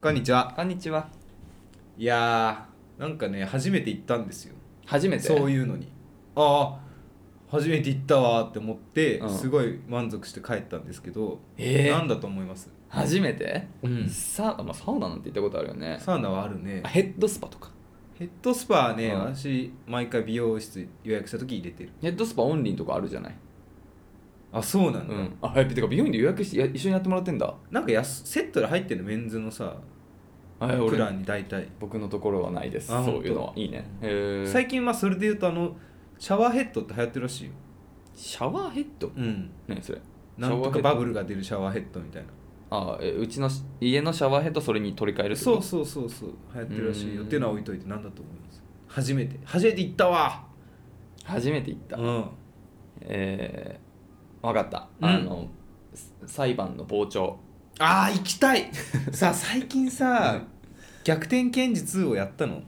こんにちは。こんにちは。いやー、なんかね、初めて行ったんですよ。初めて。そういうのに。ああ、初めて行ったわーって思って、うんすごい満足して帰ったんですけど、えーなんだと思います初めて、うんサウナ、まあ、サウナなんて行ったことあるよね。サウナはあるねあ。ヘッドスパとか。ヘッドスパはね、うん私、毎回美容室予約した時入れてる。ヘッドスパオンリーのとかあるじゃない。あ、そうなうんだ。ん。あ、はい。てか、美容院で予約してや一緒にやってもらってんだ。なんかやすセットで入ってるメンズのさ、はい、プ俺ラ、ンに大体。僕のところはないです。あそういうのは。いいね。へー最近、まあ、それで言うと、あの、シャワーヘッドって流行ってるらしいよ。シャワーヘッドうん。何それなんとかバシャワーヘッドブルが出るシャワーヘッドみたいな。あえうちのし家のシャワーヘッドそれに取り替えるってそことうそうそうそう流行ってるらしいようっんていうのは置いといて何だと思います初めて初めて行ったわ初めて行った。うんえー、わかった。うんあの、裁判の傍聴。あー行きたい さあ最近さ逆転検事2をやったの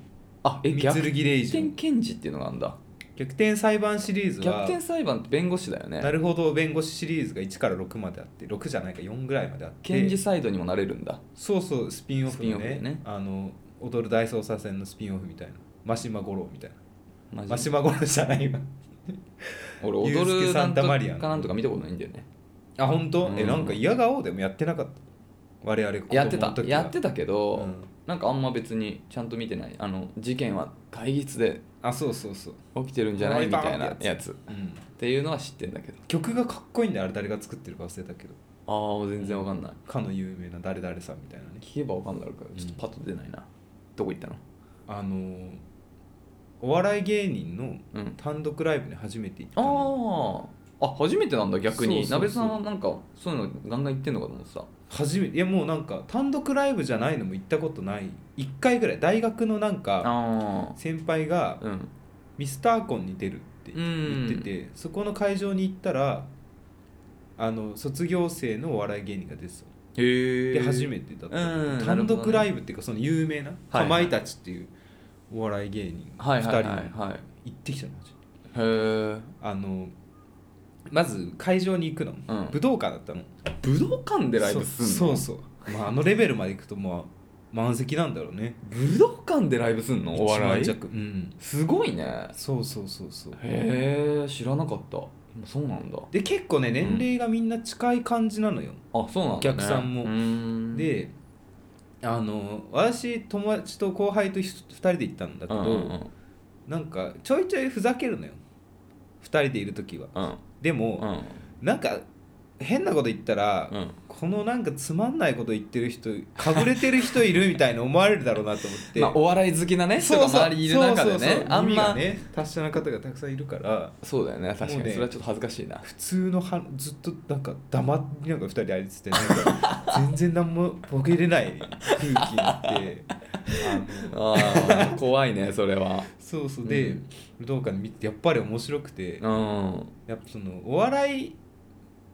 あ、え、三逆剣レイジ転の検事っていうのがあるんだ。逆転裁判シリーズ逆は転裁判って弁護士だよねなるほど弁護士シリーズが1から6まであって6じゃないか4ぐらいまであって検事サイドにもなれるんだそうそうスピンオフのスピンオねフでねあの踊る大捜査線のスピンオフみたいな真島五郎みたいマなジ真島五郎じゃないわ俺ユースケ踊るサなンんとタかマリアのなんとか見たことないんだよねあ本当、えうんなんか嫌顔でもやってなかった我々やってた子供の時はやってたけど、うんなんかあんま別にちゃんと見てないあの事件は会議室であそうそうそう、起きてるんじゃないみたいなバーンってややつっうん、ていうのは知ってんだけど曲がかっこいいんだよあれ誰が作ってるか忘れたけどああ全然わかんないかの有名な誰々さんみたいなね聞けばわかんないからちょっとパッと出ないな、どこ行ったのあのーお笑い芸人のうん単独ライブに初めて行ったのあああ初めてなんだ逆にそうそうそう鍋さんはなんかそういうのガンガン言ってんのかと思ってた初めていやもうなんか単独ライブじゃないのも行ったことない1回ぐらい大学のなんかあ先輩があうんミスターコンに出るって言ってて、そこの会場に行ったらあの卒業生のお笑い芸人が出てたのへえで初めてだった、うん単なるほど独ねライブっていうかその有名なはかいまいたちっていうお笑い芸人は2い人はいはいのはい行ってきたのマジでへえあのまず会場に行くの、うん武道館だったの武道館でライブすんのそうそうそう、まあ、あのレベルまで行くとまあ満席なんだろうね武道館でライブすんのお笑一い万弱うんすごいねそうそうそうそうへえ知らなかったそうなんだで結構ねん年齢がみんな近い感じなのよ、あそうなんだ、ね、お客さんもうーんであの私友達と後輩と2人で行ったんだけうんど、うんうんなんかちょいちょいふざけるのよ2人でいる時はうんでも、なんか変なこと言ったら、うんこのなんかつまんないこと言ってる人かぶれてる人いるみたいな思われるだろうなと思って、 まあ、お笑い好きなね人が周りにいる中でそねうそうそうあん耳がまね達者な方がたくさんいるからそうだよね確かもうにねそれはちょっと恥ずかしいな普通のはずっとなんか黙ってなんか2人であれつってなんか 全然何もボケれない空気になってあのあー 怖いねそれはそうそうで、うん武道館で見てやっぱり面白くて、うんうんやっぱそのお笑い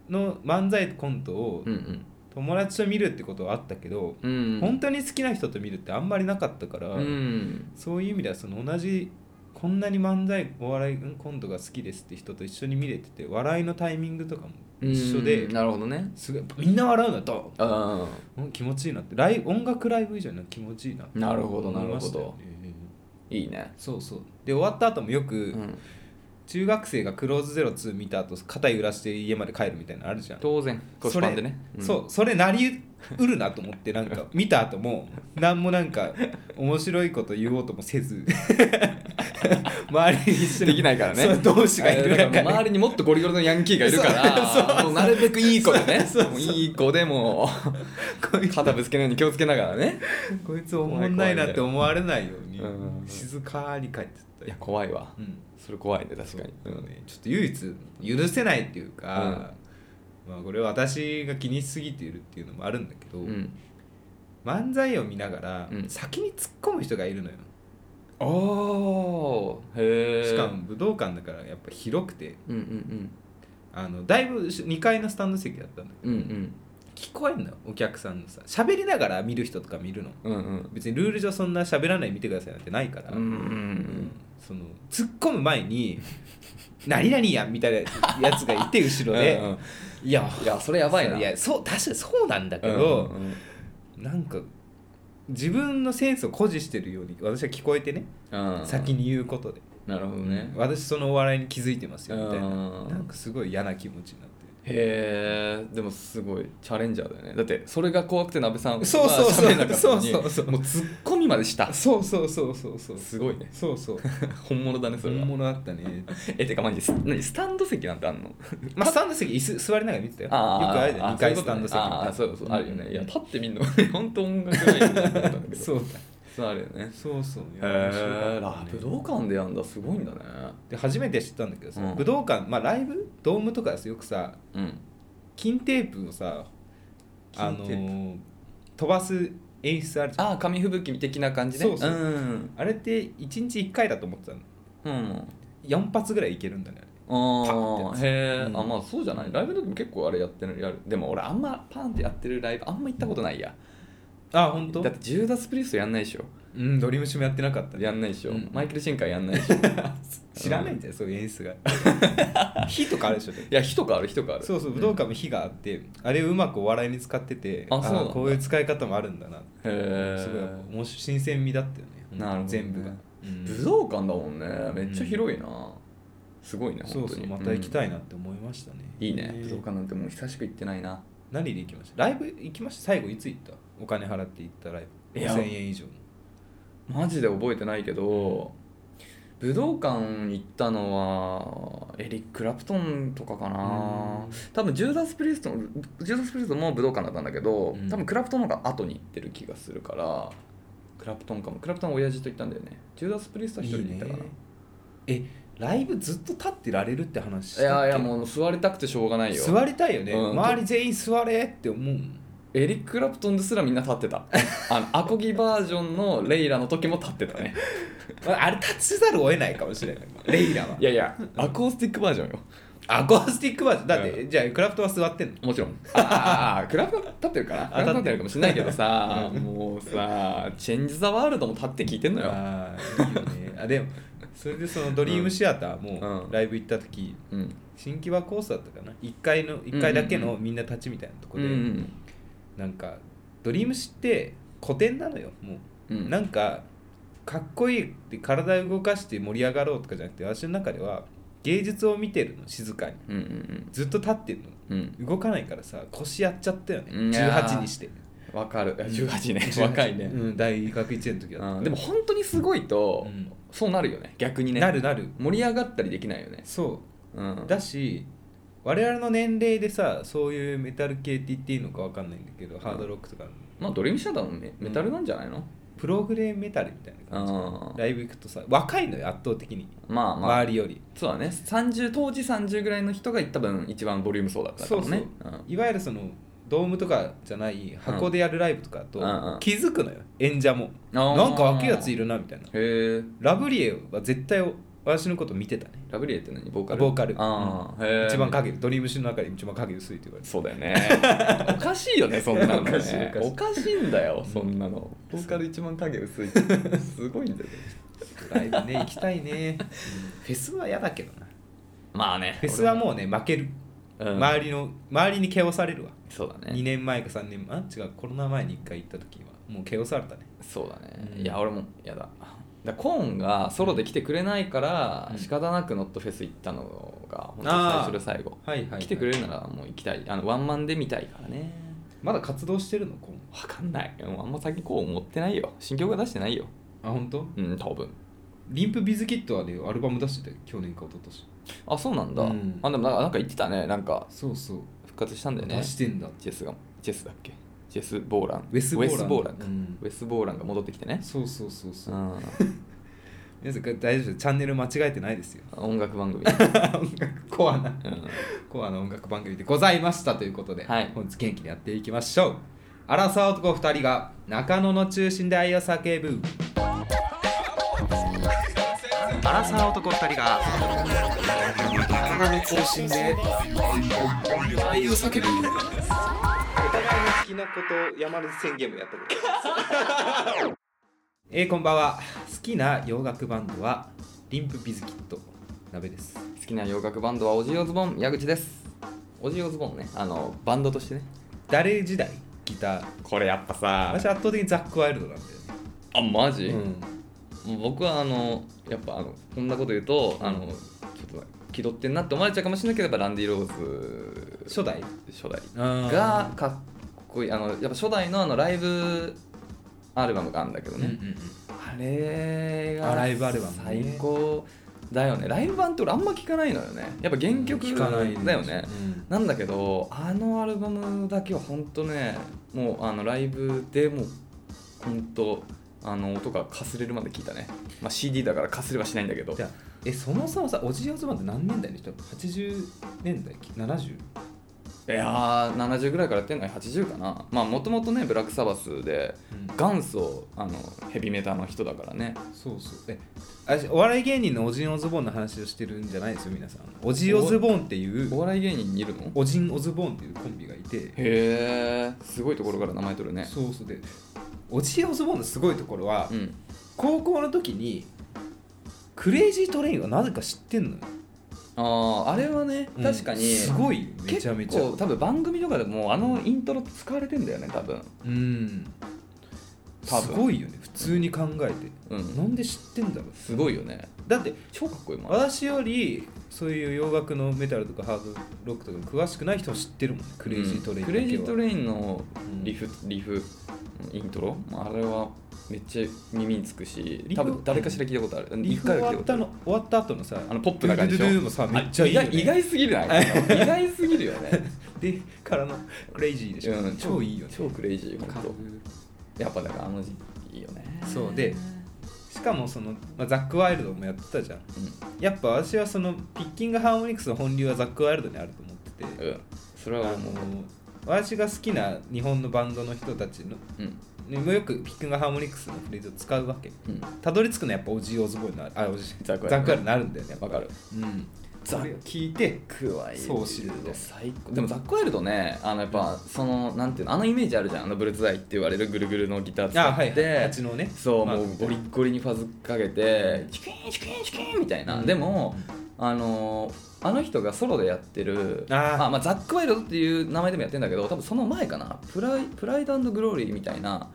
の漫才コントをうん友達と見るってことはあったけど、うん本当に好きな人と見るってあんまりなかったから、うんそういう意味ではその同じこんなに漫才お笑いコントが好きですって人と一緒に見れてて笑いのタイミングとかも一緒でうんなるほどねすごいみんな笑うなとうんうん気持ちいいなってライブ音楽ライブ以上に気持ちいいなってなるほど思いましたよねいいねそうそうで終わった後もよく、うん中学生がクローズゼロ2見た後肩揺らして家まで帰るみたいなのあるじゃん当然腰パンでねそれそうそれなりうるなと思ってなんか見た後も何もなんか面白いこと言おうともせず周りに一緒にできないからねそう同士がいえーるだ中からでもう周りにもっとゴリゴリのヤンキーがいるからもうなるべくいい子でねもういい子でもこいつ肩ぶつけないように気をつけながらねこいつおもんないなって思われないように怖い怖いうん静かに帰ってったいや怖いわうんそれ怖いね確かにそうねちょっと唯一許せないっていうか、まあこれは私が気にしすぎているっていうのもあるんだけど、うん漫才を見ながらうん先に突っ込む人がいるのよ、あーへえしかも武道館だからやっぱ広くてうんうんあのだいぶ2階のスタンド席だったんだけうんうんど聞こえんのよお客さんのさ喋りながら見る人とか見るのうんうん別にルール上そんな喋らないで見てくださいなんてないから、うんうんうんうんその突っ込む前に 「何々やん」みたいなやつがいて後ろでうんうんいやいやそれやばいないやそう確かにそうなんだけうんど、うんうんなんか自分のセンスを誇示してるように私は聞こえてねうん先に言うことでなるほどね私そのお笑いに気づいてますよみたいなうんなんかすごい嫌な気持ちになってへえでもすごいチャレンジャーだよねだってそれが怖くて鍋さんはそうそうそう喋れなかったのにそうそうそうもうツッコミまで したそうそうそうそうそうすごいねそうそう本物だねそれ本は物だったねえてかマジです何スタンド席なんてあんのまあスタンド席椅子座りながら見てたよよくああるじゃん2階そスういうことタンド席みたいなあーそうそうあるよねいやうん立ってみんの 本当音楽ないんだと思ったんだけどそうだそうあるよねそうそういへや面白かったねえラ武道館でやんだすごいんだねで初めて知ったんだけどさ、うん武道館まあライブドームとかですよよくさうん金テープをさあの金テー飛ばす演出あるじゃんあああ紙吹雪的な感じねそうそうんれって1日1回だと思ってたのうん4発ぐらいいけるんだねあれあパンっあてへえ、うんあまあそうじゃないライブの時も結構あれやってるやるでも俺あんまパンってやってるライブあんま行ったことないやあ本当だってジューダス・プリーストやんないでしょうんドリームシムやってなかったねやんないでしょ、うんマイケル・シンカーやんない でしょい知らないんじゃないそういう演出 が火とかあるでしょでもや火とかある火とかあるそうそう武道館も火があって、あれをうまくお笑いに使っててあそうなんだこういう使い方もあるんだなへえすごいやっぱ面白い新鮮味だったよねなるほどね全部が、武道館だもんねめっちゃ広いな、すごいね本当そにうそうまた行きたい、いなって思いましたね、うんいいねえー武道館なんてもう久しく行ってないな何で行きましたライブ行きました最後いつ行ったお金払って行ったライブいや5000円以上のマジで覚えてないけど武道館行ったのはエリック・クラプトンとかかなうん多分ジューダス・プリストンジューダス・プリストンも武道館だったんだけど、うん多分クラプトンの方が後に行ってる気がするからクラプトンかもクラプトンは親父と行ったんだよねジューダス・プリストンは一人で行ったかないいねえライブずっと立ってられるって話したいやいやうもう座りたくてしょうがないよ座りたいよね、うん周り全員座れって思うもんエリック・クラプトンですらみんな立ってたあのアコギバージョンのレイラの時も立ってた ねああれ立ちざるを得ないかもしれない レイラはいやいやアコースティックバージョンよアコースティックバージョンだって、じゃあクラフトは座ってんのも ちろんああクラブ立ってるからあクラブ立ってるかもしれないけどさもうさチェンジ・ザ・ワールドも立って聞いてんのよあーいいよねあでもそれでそのドリームシアターもうんライブ行った時、うん新木場コースだったかな1階の一階だけうんうんのみんな立ちみたいなとこうんで、なんかドリームシって古典なのよもうう、んなんかかっこいいって体を動かして盛り上がろうとかじゃなくて私の中では芸術を見てるの静かにうんうんずっと立ってるのうんうん動かないからさ腰やっちゃったよねいやー18にしてわかるいや18ね18若いねうん、大学1年の時だったからうんでも本当にすごいとうんそうなるよね逆にねなるなる盛り上がったりできないよねそうんうだし我々の年齢でさそういうメタル系って言っていいのかわかんないんだけど、ハードロックとかのまあドリームシアターもメメタルなんじゃないのプログレメタルみたいな感じあーライブ行くとさ若いのよ圧倒的にまあまあ周りより、そうだね30当時30ぐらいの人が多分一番ボリュームそうだったかそうもそう、ねいわゆるそのドームとかじゃない箱でやるライブとかだと、うんうん気づくのよ演者もあーなんか若いやついるなみたいなうんへえラブリエは絶対私のこと見てたねラブリエって何ボーカルボーカルああ、へえ一番影ドリームシの中で一番影薄いって言われてそうだよねおかしいよねそんなのねおかしいおかしいおかしいんだよそんなのボーカル一番影薄いってすごいんだよねライブね行きたいね、フェスは嫌だけどなまあねフェスはもうね負ける、うん周りの周りに蹴押されるわ、そうだ2ね年前か3年前あ違うコロナ前に1回行った時はもう蹴押されたねそうだね、うんいや俺もやだだコーンがソロで来てくれないから、うん仕方なくノットフェス行ったのが本当最初で最後はいはい、来てくれるならもう行きたいあのワンマンで見たいからねまだ活動してるの今後わかんないもうあんま先こう思ってないよ新曲は出してないよあ本当？うん多分リンプビズキットはねアルバム出してたよ去年か一昨年あそうなんだ、うんあでもなんかなんか言ってたねなんかそうそう、復活したんだよね出してんだジェスがジェスだっけジェス・ボーランウェスボーランかうんウェス・ボーランが戻ってきてね、、そうそうそうそううん皆さん大丈夫ですチャンネル間違えてないですよ音楽番組、音楽コアなうん、コアな音楽番組でございましたということで、はい本日元気にやっていきましょうアラサー男2人が中野の中心で愛を叫ぶアラサー男2人が中野の中心で愛お互いを叫ぶの好きなことを山根宣言もやったこと えー、こんばんは好きな洋楽バンドはリンプビズキット鍋です好きな洋楽バンドはオジーオズボン矢口ですオジーオズボンねあのバンドとしてね誰時代ギターこれやっぱさ私圧倒的にザック・ワイルドなんだよあマジ、ね、僕はあのやっぱあのこんなこと言うとあのちょっと気取ってんなって思われちゃうかもしれないけどやっぱランディ・ローズ初代初代うんがかっこいいあのやっぱ初代のあのライブアルバムがあるんだけどうんうんうね、んあれがあライブアルバムね最高だよねライブ版って俺あんま聞かないのよねやっぱ原曲聞かないですだよね、うんなんだけどあのアルバムだけは本当ねもうあのライブでもう本当あの音がかすれるまで聞いたね、まあ、CD だからかすれはしないんだけどじゃあえその差はさオジーオズボーンって何年代の人 ?80 年代 ?70? いやー70ぐらいからやってんのに80かなまあもともとねブラックサバスで元祖あのヘビメタの人だからねそうそうえあしお笑い芸人のオジン・オズボーンの話をしてるんじゃないですよ皆さんオジーオズボーンっていおう笑い芸人にいるのオジン・オズボーンっていうコンビがいてへえすごいところから名前取るねそうそうでオジーオズボーンのすごいところは、うん高校の時にクレイジートレインはなぜか知ってんのよあああれはね確かに、うんすごいよめちゃめちゃ結構多分番組とかでもあのイントロ使われてんだよね多分うん多分すごいよね普通に考えて、うんなんで知ってんだろうすごいよねだって超かっこいいもんあれ私よりそういう洋楽のメタルとかハードロックとか詳しくない人は知ってるもんねクレイジートレインうんだけクは、レイジートレインのうんリフ、リフイントロあれはめっちゃ耳につくしリフ多分誰かしら聞いたことあるリ一フ回終はわ聞いったたことの終わった後のさあのポップな感じドでゥしドゥドゥもょさめっちゃいいよ、ね、あ意外意外すぎるな意外すぎるよね、でからのクレイジーでしょ、うん、超いいよね超クレイジーか本っこいい当やっぱだからあの時いいよねそうでしかもその、まあ、ザック・ワイルドもやってたじゃんうやっぱ私はそのピッキングハーモニクスの本流はザック・ワイルドにあると思ってて、ん、うん、それはあもう、の私が好きな日本のバンドの人たちのうんにもよくピッキングハーモニクスのフレーズを使うわけうん、たどり着くのはやっぱオジー・オズボーンになるあオジーザックザワイルック・ワドイルドになるんだよねやっぱわかるうんザそッれを聞いてザックワイルドそう知るね最高でもザックワイルドねあのやっぱそのなんていうのあのイメージあるじゃんあのブルーズアイって言われるぐるぐるのギターあ使はいっはいて、蜂のねそうまあもうゴリッゴリにファズかけてチキンチキンチキンみたいな、でもあのあの人がソロでやってるあーまあ、ザック・ワイルドっていう名前でもやってんだけど多分その前かなプライプライドグローリーみたいな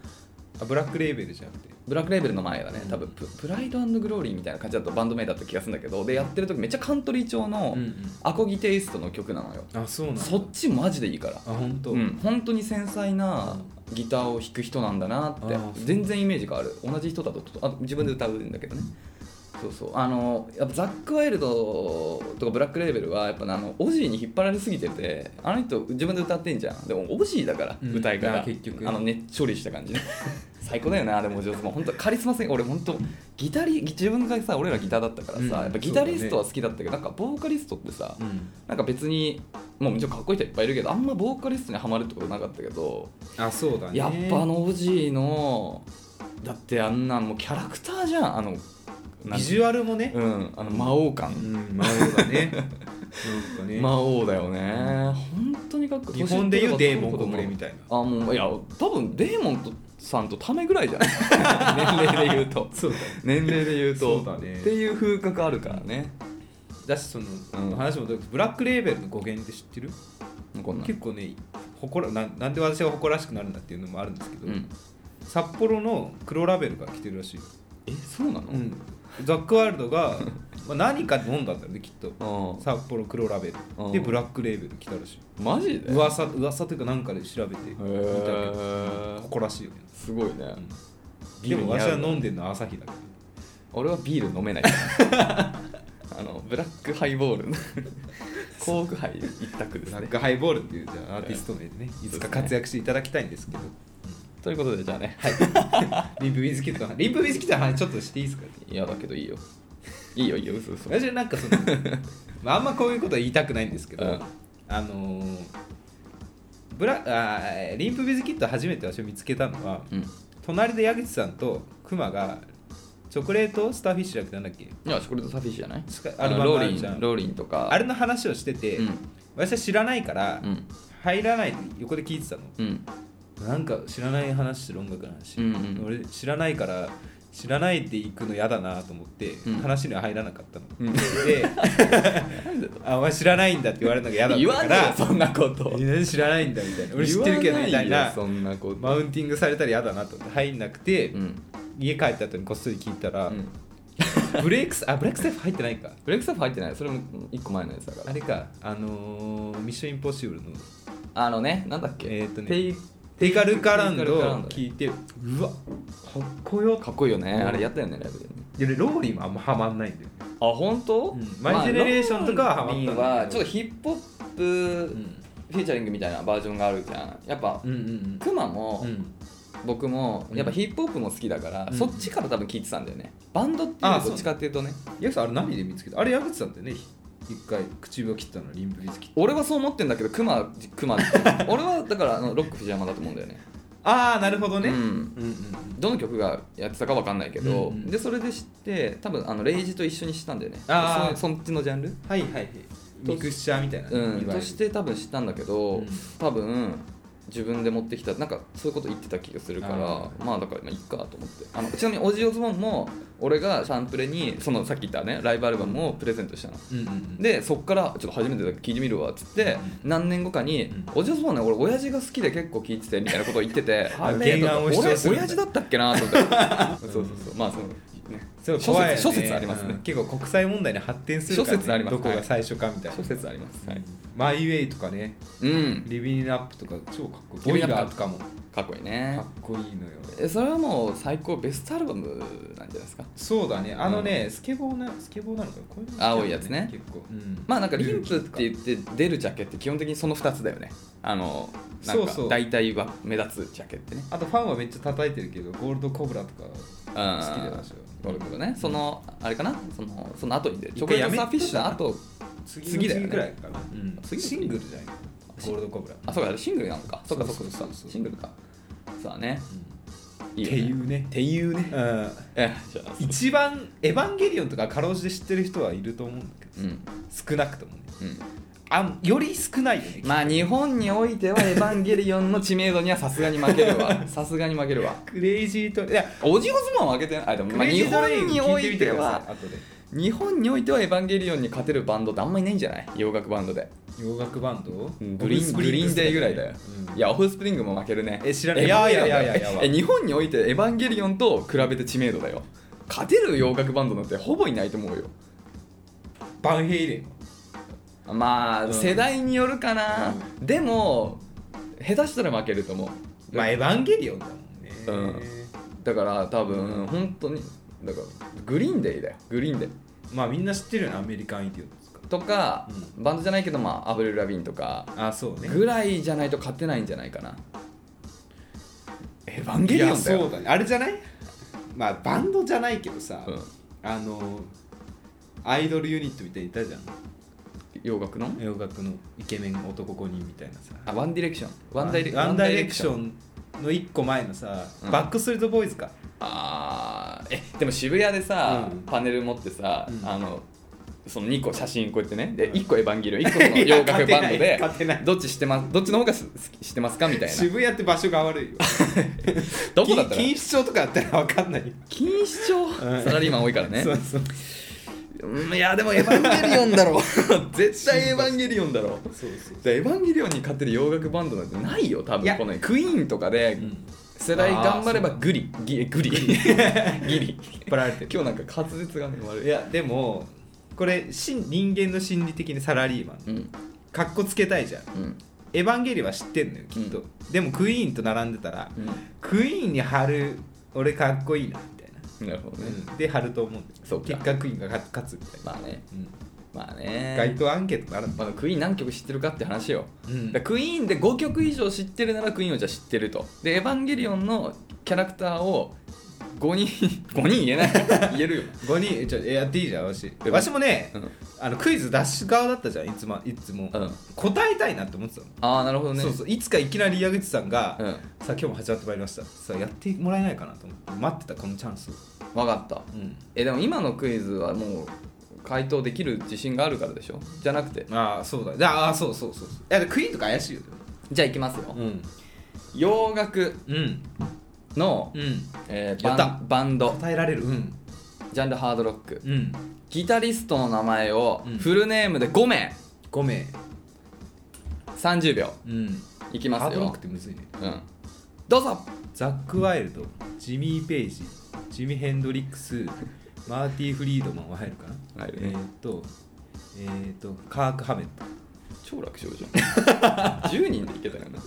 あブラック・レーベルじゃなくてブラックレーベルの前だねうん多分ププライドグローリーみたいな感じだとバンド名だった気がするんだけどでやってる時めっちゃカントリー調のアコギテイストの曲なのよ、あそうなんだそっちマジでいいからあ本当。うん、本当に繊細なギターを弾く人なんだなっあてーそう全然イメージがある同じ人だとあと自分で歌うんだけどねそうそうあのやっぱザック・ワイルドとかブラック・レーベルはやっぱねあのオジーに引っ張られすぎててあの人自分で歌ってんじゃんでもオジーだから、うん歌いからあ結局あのねっちょりした感じ最高だよなでも上手もう本当カリスマ性俺本当ギタリ自分がさ俺らギターだったからさ、うんやっぱギタリストは好きだったけど、なんかボーカリストってさ、うんなんか別にもうもちろんかっこいい人いっぱいいるけどあんまボーカリストにはまるってことなかったけどあそうだねやっぱあのオジーのだってあんなもうキャラクターじゃんあのビジュアルもねうんあの魔王感、うん魔王だ ねなんかね魔王だよね、本当にかっこいい日本でいうデーモンと国連みたいな あもういや多分デーモンとさんとためぐら いじゃない年齢で言うとそうだ年齢で言うそとうだねっていう風格あるからねだしその、うん話もどうブラックレーベルの語源って知ってる、こんなん結構ね誇らなんなんで私が誇らしくなるんだっていうのもあるんですけど、うん、札幌の黒ラベルが来てるらしい、えそうなの、ザック・ワイルド がまあ何か飲んだんだろうねきっとああ札幌黒ラベうんルでブラックレーベル来たらしいマジで噂噂というかなんかで調べてみたけどへーここらしいよね、すごいね、うんビでールもに合う私は飲んでるのは朝日だけど俺はビール飲めないから あのブラックハイ ボールコークハイ一択でブすラねックハイボールっていうじゃあアーティスト名でねいつか活躍していただきたいんですけどということでじゃあね、リンプ・ウィズ・キッドの話リンプ・ウィズ・キッドの話ちょっとしていいですかい、やだけどいいよいいよいいよ嘘嘘私はなんかその、まあ、あんまこういうことは言いたくないんですけど、うんあのーブラあーリンプ・ビズ・キット初めて私を見つけたのは、うんい隣で矢口さんとクマがチョコレートスターフィッシュじゃなくてなんだっけやこれとサフィッシュじゃないスカあアルのバロムーあリるンじゃんローリンとかあれの話をしてて、うん私は知らないから、うん入らないで横で聞いてたのうんなんか知らない話してる音楽の話、うんうん俺知らないから知らないで行くの嫌だなと思って、うん話には入らなかったの、うんであお前知らないんだって言われるのが嫌だ言っわたねからえよそんなことえ何知らないんだみたいな俺知ってるけどみたい言わなよそんなこと、マウンティングされたら嫌だなと思って入んなくて、うん家帰った後にこっそり聞いたら、うんブレイクスあブレイクステップ入ってないかブレイクサーフ入ってないそれも1個前のやつだからあれかあのーミッションインポッシブルのあのねなんだっけえーとねテイテイカルカランテイカルカラドンドね聞いてうわかっこよかっこいいよねあれやったよねライブでねで俺ローリーもあんまハマんないんだよねあ本当、うんマイジェネレーションとかはハマったんだけどまあロンリーはちょっとヒップホップフィーチャリングみたいなバージョンがあるじゃんやっぱ、うんうんクマも、うんうん僕もうんやっぱヒップホップも好きだから、うんそっちから多分聞いてたんだよねバンドっていうあのそはうどっちかっていうとね矢口さんあれ何で見つけたあれ矢口さんってねひ一回口を切ったのリンプリズ切った俺はそう思ってんだけどクマクマ 俺はだからあのロック藤山だと思うんだよねああなるほどね、ううんんうんどの曲がやってたかわかんないけど、うんうんでそれで知って多分あのレイジと一緒に知ったんだよねあーそそっちのジャンルはいはいはいミクスチャーみたいなね、うん、いわゆとるして多分知ったんだけど、うん多分自分で持ってきたなんかそういうこと言ってた気がするからあまあだからまあいいかと思ってあのちなみにオジーオズボンも俺がサンプレにそのさっき言ったねライブアルバムをプレゼントしたの。うんうんうん、でそっからちょっと初めてだけど聞いてみるわっつって何年後かにうん「オジーオズボンね俺親父が好きで結構聞いてて」みたいなことを言っててああれ原案を主張する俺親父だったっけなと思 ってそうそうそうまあそのねそう怖いよね諸説ありますねうん結構国際問題に発展するから、ね、諸説ありますどこが最初かみたいな、諸説ありますはいマイウェイとかねうんリビングアップとか超かっこいいリボビイングアップラーとかもかかっこいいねっこいいのよえそれはもう最高ベストアルバムなんじゃないですかそうだねあのね、スケボーなスケボーなのかなこういうの青いやつね結構、うんまあなんかリンプっルーキーとて言って出るジャケって基本的にその2つだよねあのなんかそうそう大体は目立つジャケってねあとファンはめっちゃ叩いてるけどゴールドコブラとか好き好きだよ私はなるほどねそのあれかなそのその後にでチ一ョコ回レやーめトサーフィッシュの後次だよね次ぐらいかな、うん次シングルじゃないかなシゴールドコブラ、あそうかシングルなのかそっかそっかそうそそうそうっかそうシングルかそうだねうんいいっていよねうねていうねうんえじゃあ一番「エヴァンゲリオン」とかかろうじて知ってる人はいると思うんだけどうんうん少なくともねあより少ないよねまあ日本においては「エヴァンゲリオン」の知名度にはさすがに負け るわさすがに負けるわクレイジートレいやオジオズマンは負けてないあでもまクあレイジ日ートレイ本ンに聞おいていみててくださはい後で日本においては「エヴァンゲリオン」に勝てるバンドってあんまりないんじゃない洋楽バンドで洋楽バンドグリーングリーンデイぐらいだよ、うんいやオフスプリングも負けるねえ知らないエヴァンゲリオンいやいやいやいやいやえ日本において「エヴァンゲリオン」と比べて知名度だよ勝てる洋楽バンドなんてほぼいないと思うよバンヘイレンまあ、うん世代によるかな、でも下手したら負けると思うまあエヴァンゲリオンだもんねうんだから多分本当にだからグリーンデイだよグリーンデイまあみんな知ってるよねアメリカンイディオンですかとか、バンドじゃないけどまあアブレル・ラビーンとかあそうねぐらいじゃないと勝てないんじゃないかなエヴァンいゲリオやンだそうよだねあれじゃないまあバンドじゃないけどさうんあのアイドルユニットみたいにいたじゃん洋楽の洋楽のイケメン男5人みたいなさあワンディレクションワンダイレワンダイレクションンの1個前のさ、うんバックストリートボーイズかあーえでも渋谷でさ、うんパネル持ってさ、うんあのその2個写真こうやってねでうん1個エヴァンゲリオン1個その 洋楽バンドいやで勝てないどっちしてますどっちの方がす好きしてますかみたいな渋谷って場所が悪いよ どこだったら錦糸町とかだったら分かんないよ、錦糸町んサラリーマン多いからねそうそううんいやでもエヴァンゲリオンだ ろ絶対エヴァンゲリオンだろそうそうでエヴァンゲリオンに勝てる洋楽バンドなんてないよ多いや分このクイーンとかでん世代頑張ればグリギグリ ギリ引っ張られて今日なんか滑舌がね悪るいいやでもこれしん人間の心理的にサラリーマンうんかっこつけたいじゃんうんエヴァンゲリは知ってんのよきっと、うでもクイーンと並んでたら、クイーンに貼る俺かっこいいなみたいな、うんなるほどねうんで貼ると思うんだよそうか結果クイーンが勝勝つみたいな、まあねうんまあね街頭アンケートならんまあクイーン何曲知ってるかって話よ、うんだからクイーンで5曲以上知ってるならクイーンをじゃあ知ってるとで「エヴァンゲリオン」のキャラクターを5人5人言えない 言えるよ、 5人えちょえやっていいじゃんわしわしもね、うんあのクイズ出し側だったじゃんいつもいつも、うん答えたいなって思ってたのああなるほどそう,、ねそういつかいきなり矢口さんが、うんさあ今日も始まってまいりましたさあやってもらえないかなと思って待ってたこのチャンスを、分かったうん、えでも今のクイズはもう回答できる自信があるからでしょじゃなくてああそうだでああそうそうそうそういやでクイーンとか怪しいよじゃあいきますよ、ん洋楽うんの、うんえーやったバンバンド答えられるうんジャンルハードロックうんギタリストの名前をうんフルネームで5名5名30秒うんいきまハーすドロッよクってむずいねうんどうぞザック・ワイルドジミー・ペイジジミ・ヘンドリックスマーティ・フリードマンは入るかな入るえーっとえーっとカーク・ハメット超楽勝じゃん 10人でいけたよな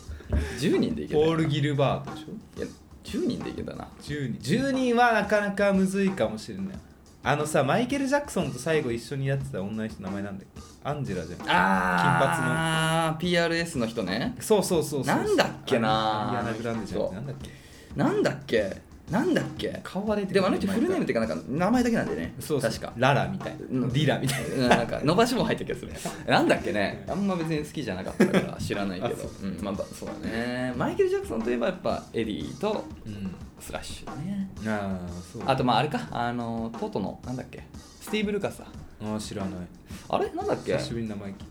10人でいけたポーよル・ギルバートでしょいや10人でいけたな10人10人はなかなかむずいかもしれないあのさマイケル・ジャクソンと最後一緒にやってた女の人の名前なんだっけアンジェラじゃんあー金髪の PRS の人ねそうそうそうそうなんだっけなアリアナ・グランデじゃなくてなんだっけなんだっけなんだっけ顔は出てでもあの人フルネームっていうかなんか名前だけなんでねそうそう確かララみたいな、うんディラみたいうんなんか伸ばしも入った気がする なんだっけねあんま別に好きじゃなかったから知らないけあ どそううんまあばそうだねマイケル・ジャクソンといえばやっぱエディとな、スラッシュねうん、ああそうあとまああれかあのトトのなんだっけスティーブ・ルカスだああ知らないあれなんだっけ久しぶりに名前聞いた、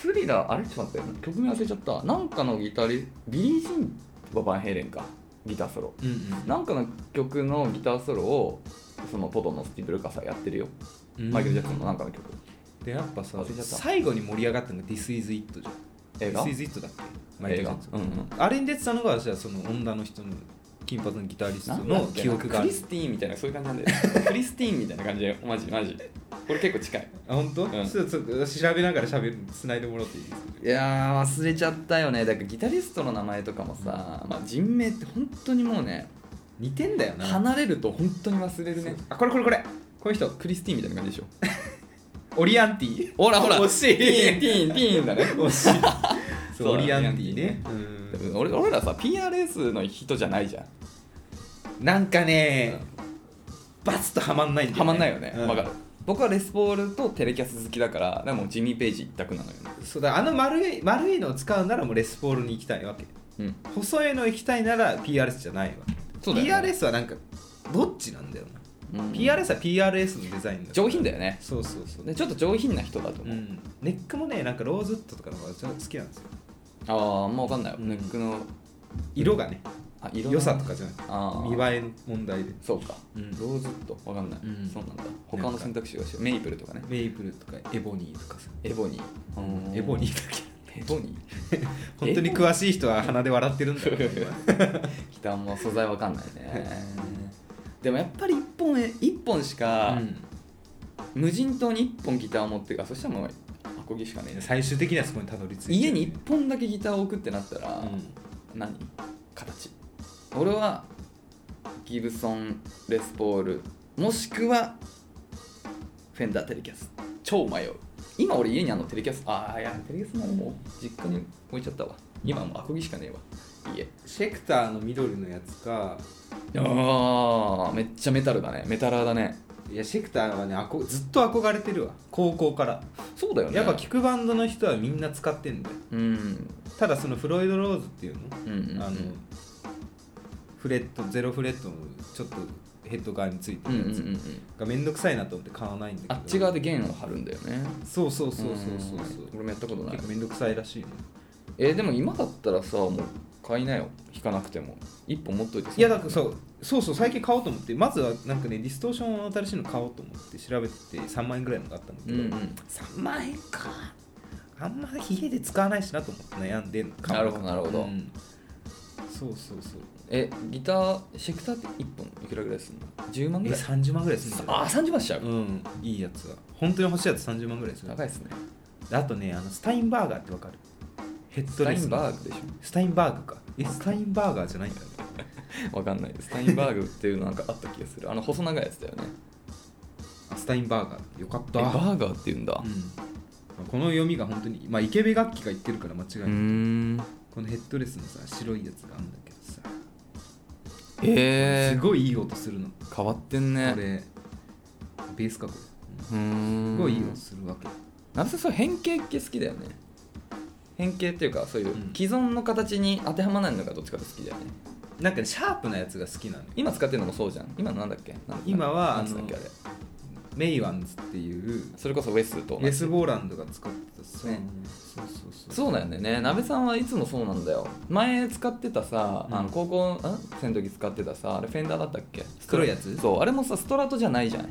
スリラーあれちょっと待って曲名忘れちゃったなんかのギタリビリー・ジンはバンヘイレンかギターソロうん、うんうんなんかの曲のギターソロをそのトトのスティーブ・ルカスはやってるよ、うんマイケル・ジャクソンのなんかの曲でやっぱさ忘れちゃった最後に盛り上がったのが「This is It」じゃん映画 This is It だっけマイケル・ジャクソン、映画うんあれに出てたのがじゃあその女の人の金髪のギタリストなんだのっけ記憶があクるリスティーンみたいなそういう感じなんだよねクリスティーンみたいな感じだよマジマジこれ結構近いあ本当、うんちょっとちょっと調べながら喋る繋いでもらっていいですかいやー忘れちゃったよねだからギタリストの名前とかもさ、まあ、人名って本当にもうね似てんだよな離れると本当に忘れるねそうあこれこれこれこの人クリスティーンみたいな感じでしょオリアンティほらほら惜しいティーンティーンティーン だね惜しいそうそうオリアンティオリアねンうん俺俺らさ PRS の人じゃないじゃんなんかね、バツッとはまんないんだはまんないよねうわ、かる僕はレスポールとテレキャス好きだからでもジミー・ペイジ一択なのよねそうだあの丸い丸いのを使うならもうレスポールに行きたいわけうん細いの行きたいなら PRS じゃないわそうだよね PRS はなんかどっちなんだよな、うん PRS は PRS のデザインだ上品だよねそうそうそう、でちょっと上品な人だとう思う、ん、ネックもねなんかローズウッドとかの方がちょっと好きなんですよあああんま分かんない、うんネックの色がねあ色の良さとかじゃなくてあー見栄えの問題でそうか、うんローズと分かんない、うんそうなんだ他の選択肢がしメイプルとかねメイプルとかエボニーとかさエボニーエボニーーだっけエボニー本当に詳しい人は鼻で笑ってるんだよ今北も素材わかんないねでもやっぱり1本へ一本しか、うん無人島に1本ギターを持ってるからそしたらもうアコギしかねえ最終的にはそこにたどり着いて家に1本だけギターを置くってなったら、何形俺はギブソンレスポールもしくはフェンダーテレキャス超迷う今俺家にあのテレキャスああいやテレキャスももう実家に置いちゃったわ今もうアコギしかねえわ家シェクターの緑のやつかああめっちゃメタルだねメタラーだねいやシェクターはねあこずっと憧れてるわ高校からそうだよねやっぱ聞くバンドの人はみんな使ってんだようんただそのフロイド・ローズっていうの,、うんうんうんあのフレットゼロフレットのちょっとヘッド側についてうんうんうんるうやつんがめんどくさいなと思って買わないんだけどあっち側で弦を張るんだよねそうそうそうそうそうそう俺もやったことない結構めんどくさいらしいねえーでも今だったらさもう買いなよ弾かなくても一本持っといてさいやだからそうそうそう最近買おうと思ってまずはなんかねディストーションを新しいの買おうと思って調べて3万円ぐらいのがあったんだけうど、んうん3万円かあんま家で使わないしなと思って悩んでんのなるほどなるほどうんそうそうそうえギターシェクターって1本いくらぐらいするの ?10 万えぐらい30万ぐらいするんだよああ30万しちゃう、うんいいやつは本当に欲しいやつ30万ぐらいする高いですねであとねあのスタインバーガーってわかるヘッスドタレイスンのバーグでしスタインバーグかえスタインバーガーじゃないんだねょわかんないスタインバーグっていうのなんかあった気がするあの細長いやつだよねあスタインバーガーよかっえたバーガーっていうんだうんまあこの読みが本当にまあイケベ楽器が言ってるから間違いーない、んこのヘッドレスのさ白いやつがあるんだけどさ、えすごいいい音するの、ー、変わってんこねれベースかこれ、うんうーんすごいいい音するわけなんせそう変形系好きだよね変形っていうかそういううん既存の形に当てはまらないのがどっちかって好きだよねなんかねシャープなやつが好きなのよ今使ってるのもそうじゃん今のなんだっけなん今はなんつったっけああのれメイワンズっていうそれこそウェスとウェス・ボーランドが作ってそうねそうそうそうそうだよねなべさんはいつもそうなんだよ前使ってたさ、あうんの高校ん生の時使ってたさあれフェンダーだったっけ黒いやつそうあれもさストラトじゃないじゃん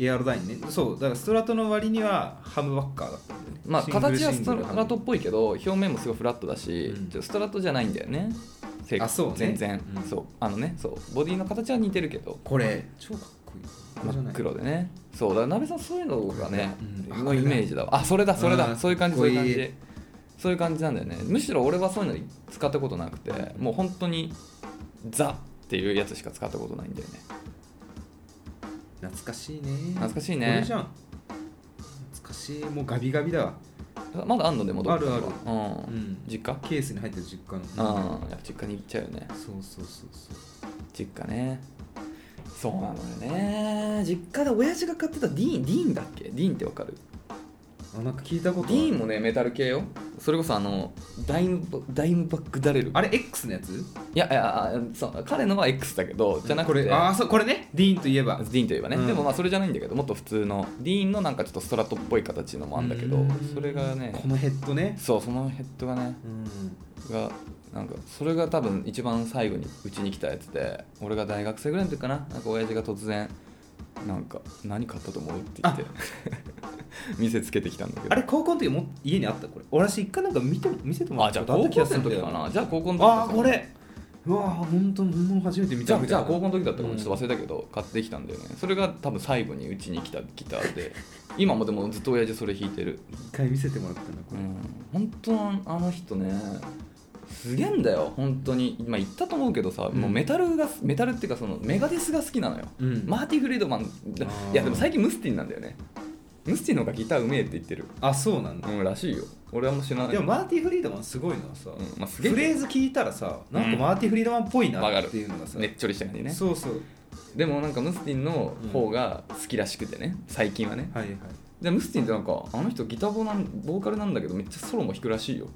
エアロダインねそうだからストラトの割にはハムバッカーだったんだよねまあシングル形はシンスグトルラトっぽいけど表面もすごいフラットだし、うんちょっとストラトじゃないんだよね正確あそうね全然、うんそうあのねそうボディの形は似てるけどこれ超かっこいいこれじゃ真なっい黒でねそうだから鍋さんそういうのがねうんすごいイメージだわあそれだそれうだんそういう感じかそっうこいいいう感じそういう感じなんだよねむしろ俺はそういうの使ったことなくてもう本当にザっていうやつしか使ったことないんだよね懐かしいね懐かしいこれねじゃん懐かしいもうガビガビだわまだあんのでもどっかにはあるううんん実家ケースに入ってる実家のうんいや実家に行っちゃうよねそうそうそうそう実家ねそうなのよね実家で親父が買ってたディーンディーンだっけディーンってわかるあなんか聞いたことあデるィーンもねメタル系よそれこそあのダイムダイムバックダレルあれ X のやついやいやあそう彼のは X だけどじゃなくてこれああそうこれねディーンといえばディーンといえばね、うんでもまあそれじゃないんだけどもっと普通のディーンのなんかちょっとストラトっぽい形のもあんだけどうんそれがねこのヘッドねそうそのヘッドがねうんがなんかそれが多分一番最後にうちに来たやつで俺が大学生ぐらいの時かななんか親父が突然なんか何買ったと思うって言って 見せつけてきたんだけどあれ高校の時も家にあったこれ俺私一回なんか見て見せてもらあっじゃたあことあった高気校がす生るのんだ時よかなじゃあ高校の時あだあとー思こうれうわー本当本物初めて見じたゃあみたいなじゃあ高校の時だったからちょっと忘れれたけど、買ってきたんだよねそれが多分最後にうちに来たギターで今もでもずっと親父それ弾いてる、一回見せてもらったなこうれ、ん、本当あの人ねすげえんだよ本当に今言ったと思うけどさ、うんもうメタルがメタルっていうかそのメガデスが好きなのよ、うんマーティ・フリードマンーいやでも最近ムスティンなんだよねムスティンの方がギターうめえって言ってるあそうなんだうんらしいよ俺はもう知らないでもマーティ・フリードマンすごいのはさ、うんまあすげえフレーズ聞いたらさなんかうんマーティ・フリードマンっぽいわかなるっていうのがさ、ねっちょりした感じねそうそうでもなんかムスティンの方が好きらしくてね最近はねはいはいでムスティンってなんかあの人ギターボなんボーカルなんだけどめっちゃソロも弾くらしいよ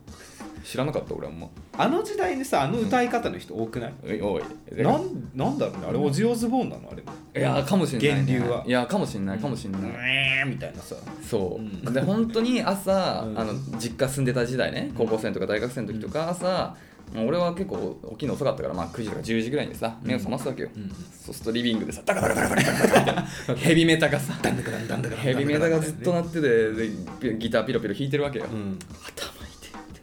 知らなかった俺あんまあの時代にさあの歌い方の人多くない、おいおいなんなんだろうねあれオジオズボーンなのあれもいやーかもしんない、ね、源流はいやーかもしんないかもしんない、うんみたいなさそう、うんで本当に朝、うんあの実家住んでた時代ね高校生とか大学生の時とか朝、俺は結構起きるの遅かったから、まあ、9時とか10時ぐらいにさ目を覚ますわけよ、うんそうするとリビングでさダカダカダカダカダカダカみたいなヘビメタがさヘビメタがずっと鳴っててでピギターピロピロ弾いてるわけよ、うん頭痛いって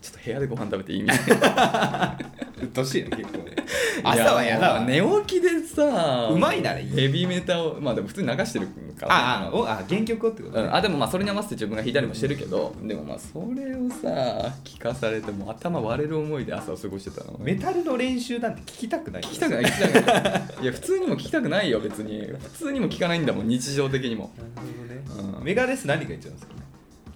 ちょっと部屋でご飯食べていいみたいなうっとうしいね結構ね朝はやだわいやもう寝起きでさうまいならいいヘビメタをまあでも普通に流してるからああおあ原曲をってことうね、ん、あでもまあそれに合わせて自分が弾いたりもしてるけど、でもまあそれをさ聞かされてもう頭割れる思いで朝を過ごしてたのメタルの練習なんて聞きたくない聞きたくない聞きたく ないいや普通にも聞きたくないよ別に普通にも聞かないんだもん日常的にもなるほどね、うんメガレス何が一番好き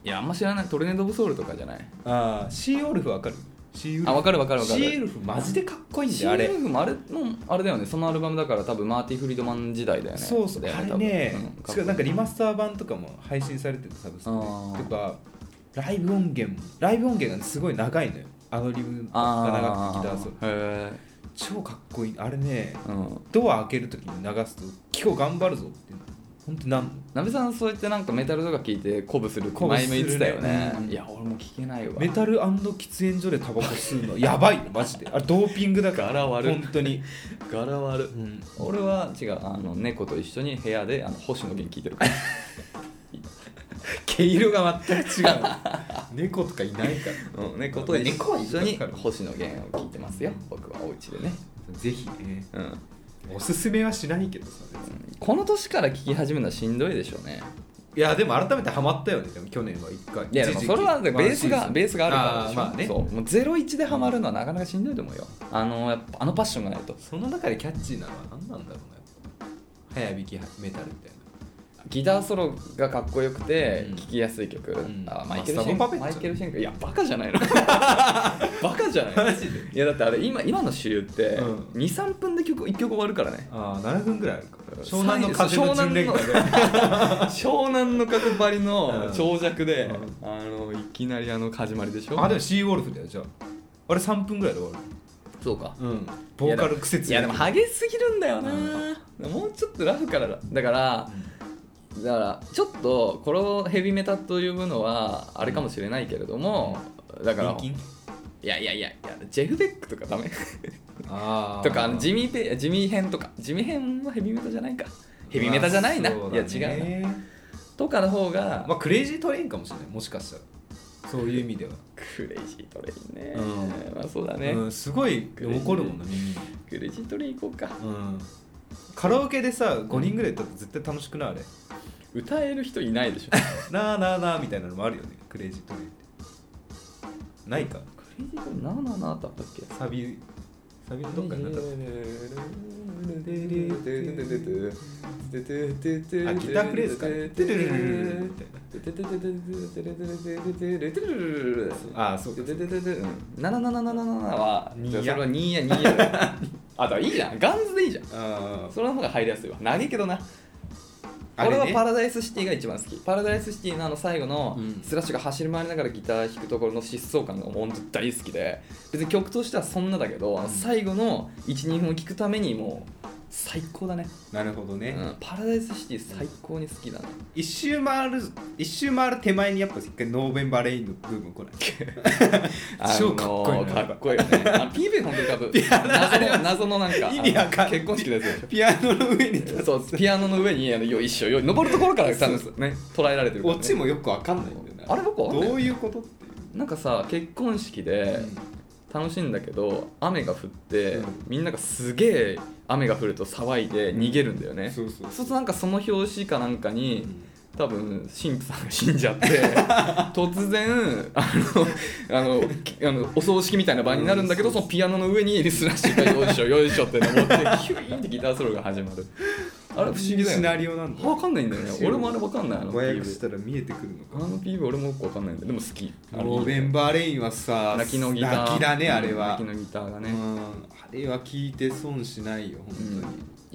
いやあんま知らないトルネード・オブ・ソウルとかじゃないああシーオルフわかるシーウルフあ分かる分かる分かるシーウルフマジでかっこいいんシだよあーれルフもあれもあれだよねそのアルバムだから多分マーティ・フリードマン時代だよねそうそう、だよあれ多分ねう、んしかもなんかリマスター版とかも配信されててサブスクあでとーかライブ音源もライブ音源がねすごい長いのよアドリブがあ長くてギターーソロへ超かっこいいあれねえうんドア開けるときに流すと「今日頑張るぞ」って本当なんのなべさんそうやってなんかメタルとか聞いて鼓舞するって前も言ってたよ鼓舞すねるねうんいや俺も聞けないわメタル喫煙所でタバコ吸う のやばいよマジであれドーピングだから柄悪い本当に、柄悪い 俺は違うあの猫と一緒に部屋であの星野源聞いてるから 毛色が全く違う猫とかいないからうん猫と一猫は緒にいいから星野源を聞いてますよ僕はお家でねぜひねうんおすすめはしないけどさ別にこの年から聞き始めるのはしんどいでしょうねいやでも改めてハマったよねでも去年は一回いやで一時も期それはベースワンシがズンベースがあるからであーしょまあねそそうもう01でハマるのはなかなかしんどいと思うよあのやっぱあのパッションがないとの中でキャッチーなのは何なんだろうなやっぱ早弾きメタルみたいギターソロがかっこよくてうん聴きやすい曲、んあマイケル・マスシターボェンンパペットマイケルシェンクいやバカじゃ ないのバカじゃない マジでいやだってあれ今今の主流ってうん23分で曲1曲終わるからねなああ7分ぐらいあるか湘南の風の巡礼会で湘南の角張りの長尺で、うあのいきなりあの始まりでしょあでもシーウォルフだよじゃああれ3分ぐらいで終わそうかるうんボーカル癖強いやでも激しすぎるんだよな、もうちょっとラフからだだから、だからちょっとこのヘビメタというのはあれかもしれないけれども、だからリンキンいやいやいやいやジェフ・ベックとかダメあーとかあの地味ペ地味編とか地味編はヘビメタじゃないかヘビメタじゃないな、まあそういだやね違うなとかの方が、まあクレイジートレインかもしれないもしかしたらそういう意味では、クレイジートレインね、うまあそうだね、うん、すごい残るもんな耳に、クレイジートレイン行こうかうん、カラオケでさ5人ぐらいだと絶対楽しくないあれ歌える人いないでしょなあなあなあみたいなのもあるよねクレイジートレインってないかクレイジートレインなあなあなあってあったっけサビサビのどっかになったあギターフレーズかテレレレレレレレみたいなああそうかなななななななはニーじゃヤあそれはニーヤニーヤだよ あだからいいじゃんガンズでいいじゃんあそれの方が入りやすいわ長いけどなあれ俺ねはパラダイスシティが一番好きパラダイスシティのあの最後のうんスラッシュが走り回りながらギター弾くところの疾走感がもう本当大好きで別に曲としてはそんなだけど、あの最後の12分を聴くためにもう最高だね、あなるほどね、うんパラダイスシティ最高に好きだね一周回る一周回る手前にやっぱ一回ノーベンバーレインの部分来ない 超かっこいいなあのーかっこいいよねあの PV 本当にかぶ謎の謎のなんか意味わかんないあの結婚式のやつでしょピアノの上に立つ そうピアノの上にあのよいしょよい登るところから多分ね捉えられてるから、ね、オチもよくわかんないんだよねあれ僕はどういうことっていうなんかさ結婚式で楽しいんだけど雨が降って、うんみんながすげえ雨が降ると騒いで逃げるんだよね、そうそうそうするとなんかその表紙かなんかに、うん多分神父さんが死んじゃって 突然あのあのきあのお葬式みたいな場になるんだけど、うんそのピアノの上にリスラッシュがよいしょよいしょっ て登ってキュイーンってギターソロが始まるあれ不思議だよシナねリオなんだわかんないんだよね俺もあれわかんないあの和訳し PV たら見えてくるのあかの PV 俺もよくわかんないんだよでも好きノーベンバーレインはさ泣きのギター泣きだねあれは泣きのギターがね、うんあれは聞いて損しないよ本当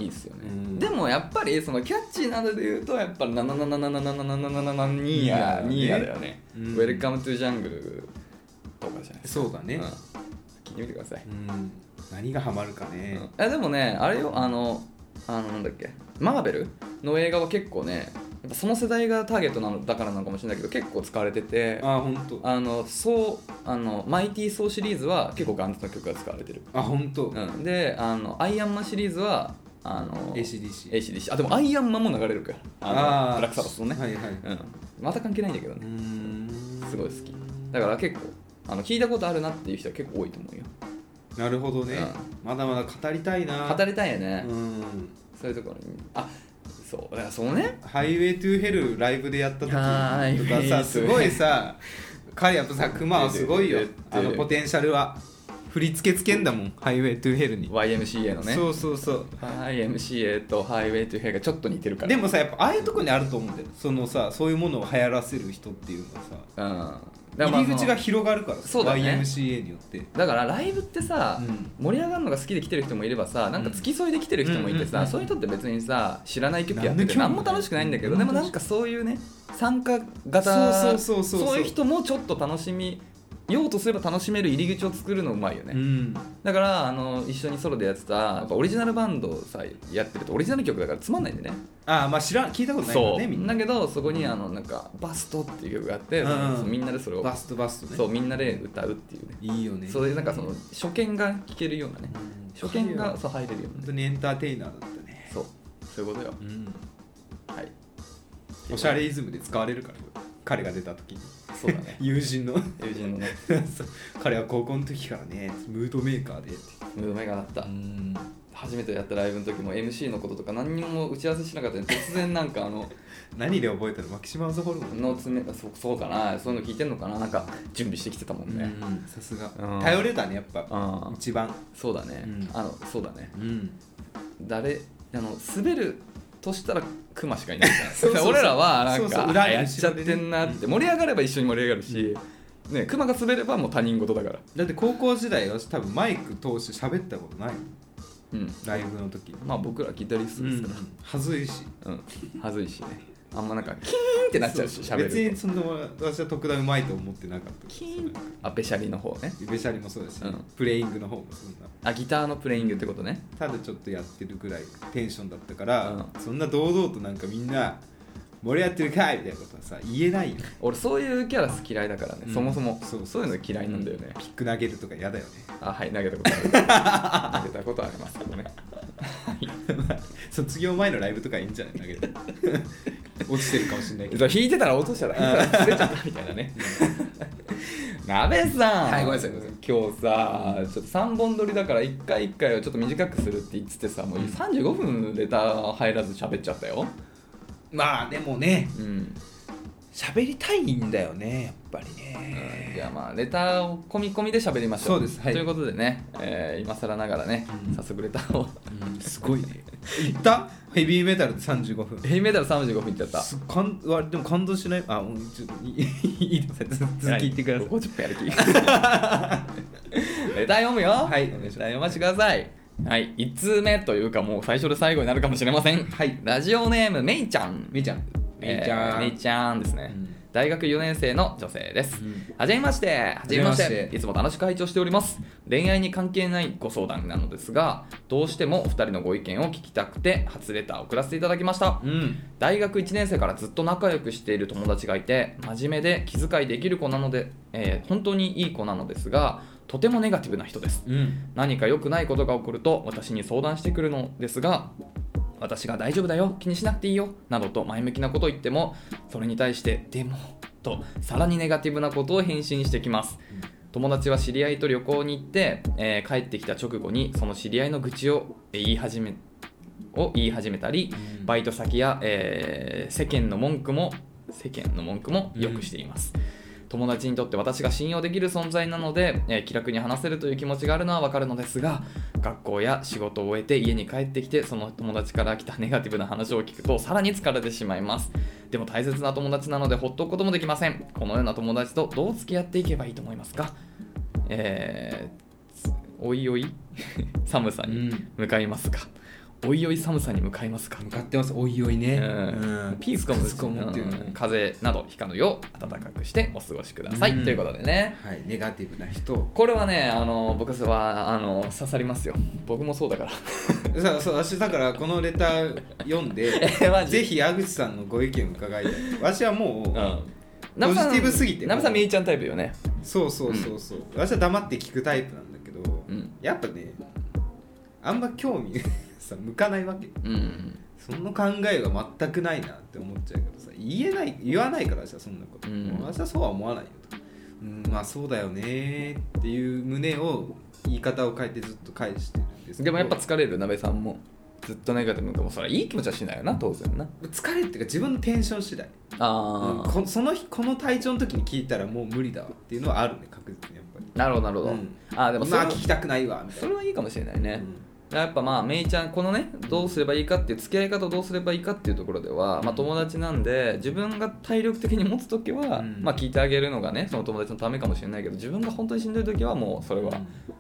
に、いいっすよね、うんでもやっぱりそのキャッチーなどで言うとやっぱ「なななななななななななななニーヤー」ニーヤーだよね「うんウェルカムトゥジャングル」とかじゃないですかそうだねん聞いてみてください、うん、何がハマるかね、うんあでもねあれよあのあのなんだっけマーベルの映画は結構ねやっぱその世代がターゲットなのだからなのかもしれないけど結構使われててあ本当あのそうあのマイティー・ソーシリーズは結構ガンズの曲が使われてるあ本当、うん、であのアイアンマンシリーズはあの ACDC ACDC あでもアイアンマンも流れるからあのーブラックサバスのね、はいはい、うん、また関係ないんだけどねんすごい好きだから結構あの聞いたことあるなっていう人は結構多いと思うよなるほどね、うまだまだ語りたいな語りたいよね、うんそういうところにあそうだからそのねハイウェイトゥーヘルライブでやった時とはーいかさすごいさ彼やっぱさクマはすごいよ出てる出てあるのポテンシャルは振り付けつけんだもんハイウェイトゥーヘルに、 YMCA のねそうそうそう YMCA とハイウェイという部屋がちょっと似てるからでもさやっぱああいうとこにあると思うんだよそのさそういうものを流行らせる人っていうのはさうんだからまあ入り口が広がるからさそうだね YMCA によってだからライブってさ、うん盛り上がるのが好きで来てる人もいればさなんか付き添いで来てる人もいてうんうんさ、うんうんそういう人って別にさ知らない曲やなっててん何で興味ないも楽しくないんだけど、うんでもなんかそういうね参加型そうそうそうそうそういう人もちょっと楽しみようとすれば楽しめる入り口を作るのうまいよね、うんだからあの一緒にソロでやってたやっぱオリジナルバンドをさやってるとオリジナル曲だからつまんないんでねああまあ知らん聞いたことないからそねみんうなだけどそこにあのなんか「バスト」っていう曲があって、うんうんそうみんなでそれをバストバストねそうみんなで歌うっていうねいいよねそういうなんかその初見が聞けるようなねうん初見彼がはそう入れるよ本当にねエンターテイナーだったねそうそういうことようんはいおしゃれイズムで使われるからこれ彼が出た時にそうだね友人の 友人のねそう彼は高校の時からねムードメーカーでってムードメーカーだったん初めてやったライブの時も MC のこととか何にも打ち合わせしなかったのに突然なんかあの何で覚えたのマキシマムズホルモンの詰めそそうかなそういうの聞いてんのかななんか準備してきてたもんうねんさすがうん頼れたねやっぱああ一番そうだね、うんあのそうだねうん誰あの滑るとしたらクマしかいないから そうそうそう俺らはなんかそうそう裏あにやっちゃってんなって盛り上がれば一緒に盛り上がるし、ねクマが滑ればもう他人事だからだって高校時代私多分マイク通して喋ったことないうんライブの時まあ僕らギタリストですから、はずいしうん、はずいしね。あんまなんか、キーンってなっちゃうし、そ喋うると別にそんな私は特段うまいと思ってなかったキーンあ、ペシャリの方ね。ベシャリもそうだし、うんプレイングの方もそんなあ、ギターのプレイングってことね。ただちょっとやってるぐらいテンションだったから、うそんな堂々となんかみんな盛り合ってるかいみたいなことはさ言えないよ俺そういうキャラ好き嫌いだからね、うんそもそもそうそうそういうの嫌いなんだよね、ピック投げるとか嫌だよねあはい投げたこと ある投げたことありますけどね卒業前のライブとかいいんじゃない投げて 落ちてるかもしれないけどそう引いてたら落としたら滑っちゃったみたい なねなべさん、はいごめんなさいごめんな今日さ、ちょっと3本撮りだから1回1回をちょっと短くするって言っててさもう35分レター入らず喋っちゃったよまあでもねうん喋りたいんだよねやっぱりねじゃあまあレターを込み込みで喋りましょそううですはいということでね、えー今更ながらね、うん早速レターを すごいね言ったヘビーメタルで35分ヘイメダル35分いっちゃったすかんわでも感動しないあもうちょっといいいいです続き言ってください50分やる気 レター読むよはいレター読ませてくださいはい1通目というかもう最初で最後になるかもしれませんはいラジオネームめいちゃんめいちゃんめいちゃん、えーめいちゃんですね、うん大学4年生の女性です、うんはじめましてはじめましていつも楽しく拝聴しております恋愛に関係ないご相談なのですがどうしてもお二人のご意見を聞きたくて初レターを送らせていただきました、うん大学1年生からずっと仲良くしている友達がいて真面目で気遣いできる子なので、えー本当にいい子なのですがとてもネガティブな人ですうん何か良くないことが起こると私に相談してくるのですが私が大丈夫だよ気にしなくていいよなどと前向きなことを言ってもそれに対してでもとさらにネガティブなことを返信してきます友達は知り合いと旅行に行って、えー帰ってきた直後にその知り合いの愚痴を言い始めを言い始めたりうんバイト先や、えー世間の文句も世間の文句もよくしています、友達にとって私が信用できる存在なので、えー気楽に話せるという気持ちがあるのはわかるのですが学校や仕事を終えて家に帰ってきてその友達から来た ネガティブな話を聞くとさらに疲れてしまいますでも大切な友達なのでほっとくこともできませんこのような友達とどう付き合っていけばいいと思いますかえーおいお い寒さに向かいますか、おいおい寒さに向かいますか向かってますおいおいね、うんピースコムピースコムっていうねん風邪などひかぬよう暖かくしてお過ごしください、うんということでねはいネガティブな人これはねあの僕はあの刺さりますよ僕もそうだからさそう私だからこのレター読んでえマジぜひ矢口さんのご意見を伺いたいわしはもう、うんポジティブすぎてナムさんめいちゃんタイプよねそうそうそうそう、私は黙って聞くタイプなんだけど、うんやっぱねあんま興味さ向かないわけうんその考えが全くないなって思っちゃうけどさ言えない言わないから私はそんなこと、うん私はそうは思わないよと、うん、まあそうだよねっていう胸を言い方を変えてずっと返してるんですけどでもやっぱ疲れるなべさんもずっとネガティブかもそれはいい気持ちはしないよな当然な疲れっていうか自分のテンション次第うんああ、こその日この体調の時に聞いたらもう無理だわっていうのはあるね確実にやっぱりなるほどなるほど、うんああでもそまれあは聞きたくないわみたそいなれはいいかもしれないね、うんやっぱまあめいちゃんこのねどうすればいいかっていう付き合い方をどうすればいいかっていうところでは、まあ、友達なんで自分が体力的に持つ時は、うんまあ聞いてあげるのがねその友達のためかもしれないけど自分が本当にしんどい時はもうそれは、も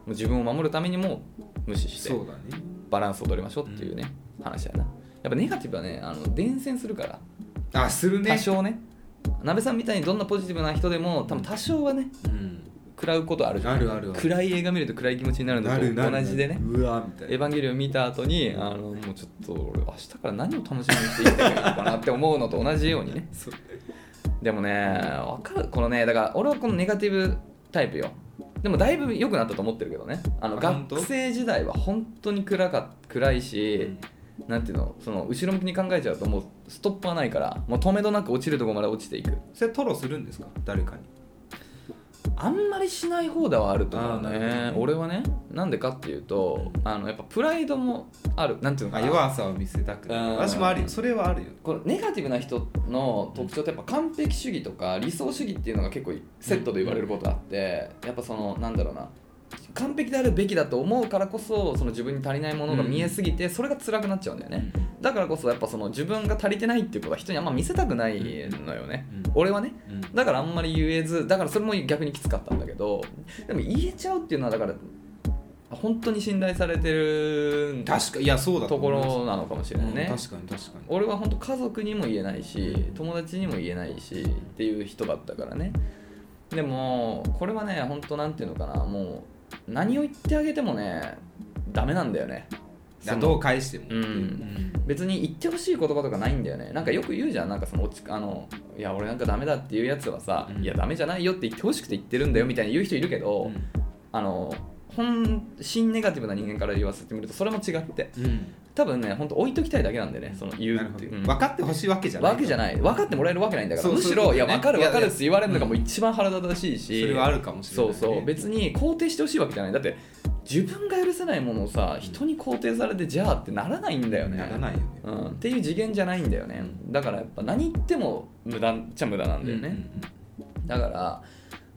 う自分を守るためにも無視してそうだねバランスを取りましょうっていうね、話やなやっぱネガティブはねあの伝染するからあするね多少ねなべさんみたいにどんなポジティブな人でも多分多少はねうん食らうことあるじゃんあるあるある暗い映画見ると暗い気持ちになるのなるなとる同じでねうわみたいなエヴァンゲリオン見た後にあのもうちょっと俺明日から何を楽しみにして生きていけばいいのかなって思うのと同じようにねそうでもねわかるこのねだから俺はこのネガティブタイプよでもだいぶ良くなったと思ってるけどねあのあ本当学生時代は本当に暗か暗いし、なんていうのその後ろ向きに考えちゃうともうストップはないからもう止めどなく落ちるとこまで落ちていくそれ吐露するんですか誰かにあんまりしない方ではあると思うあーなるねほど俺はねなんでかっていうとあのやっぱプライドもあるなんていうのあかな弱さを見せたくないうん私もあるよそれはあるよこのネガティブな人の特徴ってやっぱ完璧主義とか理想主義っていうのが結構セットで言われることあってやっぱそのなんだろうな完璧であるべきだと思うからこそその自分に足りないものが見えすぎてそれが辛くなっちゃうんだよねだからこそやっぱその自分が足りてないっていうことは人にあんま見せたくないのよねうん俺はねうんだからあんまり言えずだからそれも逆にきつかったんだけどでも言えちゃうっていうのはだから本当に信頼されてるんだ確かいやそうだとこ思いろなのかもしれなまいすねうん確かに確かに俺は本当家族にも言えないし友達にも言えないしっていう人だったからねでもこれはね本当なんていうのかなもう何を言ってあげてもねダメなんだよねなそのどう返しても、うん別に言ってほしい言葉とかないんだよねなんかよく言うじゃんなんかその落ちあのいや俺なんかダメだっていうやつはさ、うんいやダメじゃないよって言ってほしくて言ってるんだよみたいに言う人いるけど、あの本心ネガティブな人間から言わせてみるとそれも違ってうん多分ね本当置いときたいだけなんでねその言うなるっほてどいう、うん分かってほしいわけじゃないわけじゃない分かってもらえるわけないんだからそうむしそういうころといねや分かるいや分かるって言われるのがうんもう一番腹立たしいしそれはあるかもしれない、そね、うそう別に肯定してほしいわけじゃないだって自分が許せないものをさ人に肯定されてじゃあってならないんだよねならないよねうん、っていう次元じゃないんだよねだからやっぱ何言っても無駄っちゃ無駄なんだよね、だから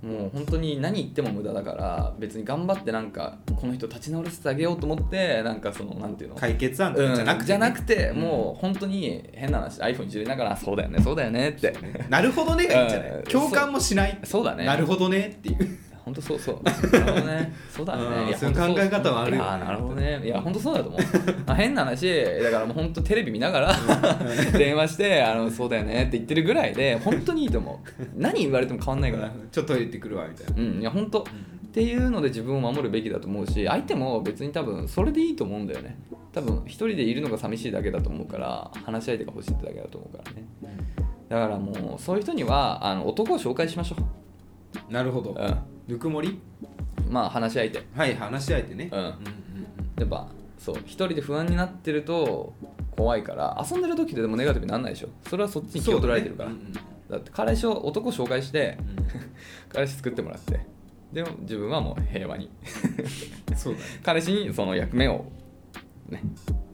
もう本当に何言っても無駄だから別に頑張ってなんかこの人立ち直らせてあげようと思ってなんかそのなんていうの解決案うんじゃなくて、じゃなくてもう本当に変な話 iPhone いじりながらそうだよねそうだよねってなるほどねがいいんじゃない、うん共感もしない、そうだねなるほどねっていう本当そうそうなるほどねそうだ うんねいやそういう考え方はあるよね本当そうあーなるほどねいや本当そうだと思うあ変な話だからもう本当テレビ見ながら 電話してあのそうだよねって言ってるぐらいで本当にいいと思う何言われても変わんないからちょっとトイレ行ってくるわみたいなうんいや本当っていうので自分を守るべきだと思うし相手も別に多分それでいいと思うんだよね多分一人でいるのが寂しいだけだと思うから話し相手が欲しいってだけだと思うからねだからもうそういう人にはあの男を紹介しましょなるほどう、うん、ぬくもりまあ話し相手はい話し合えてね、うんうんうんやっぱそう一人で不安になってると怖いから遊んでる時ででもネガティブにならないでしょそれはそっちに気を取られてるからだ,、そうだねって彼氏を男を紹介してうんうん彼氏作ってもらってでも自分はもう平和にうんそうだね彼氏にその役目をね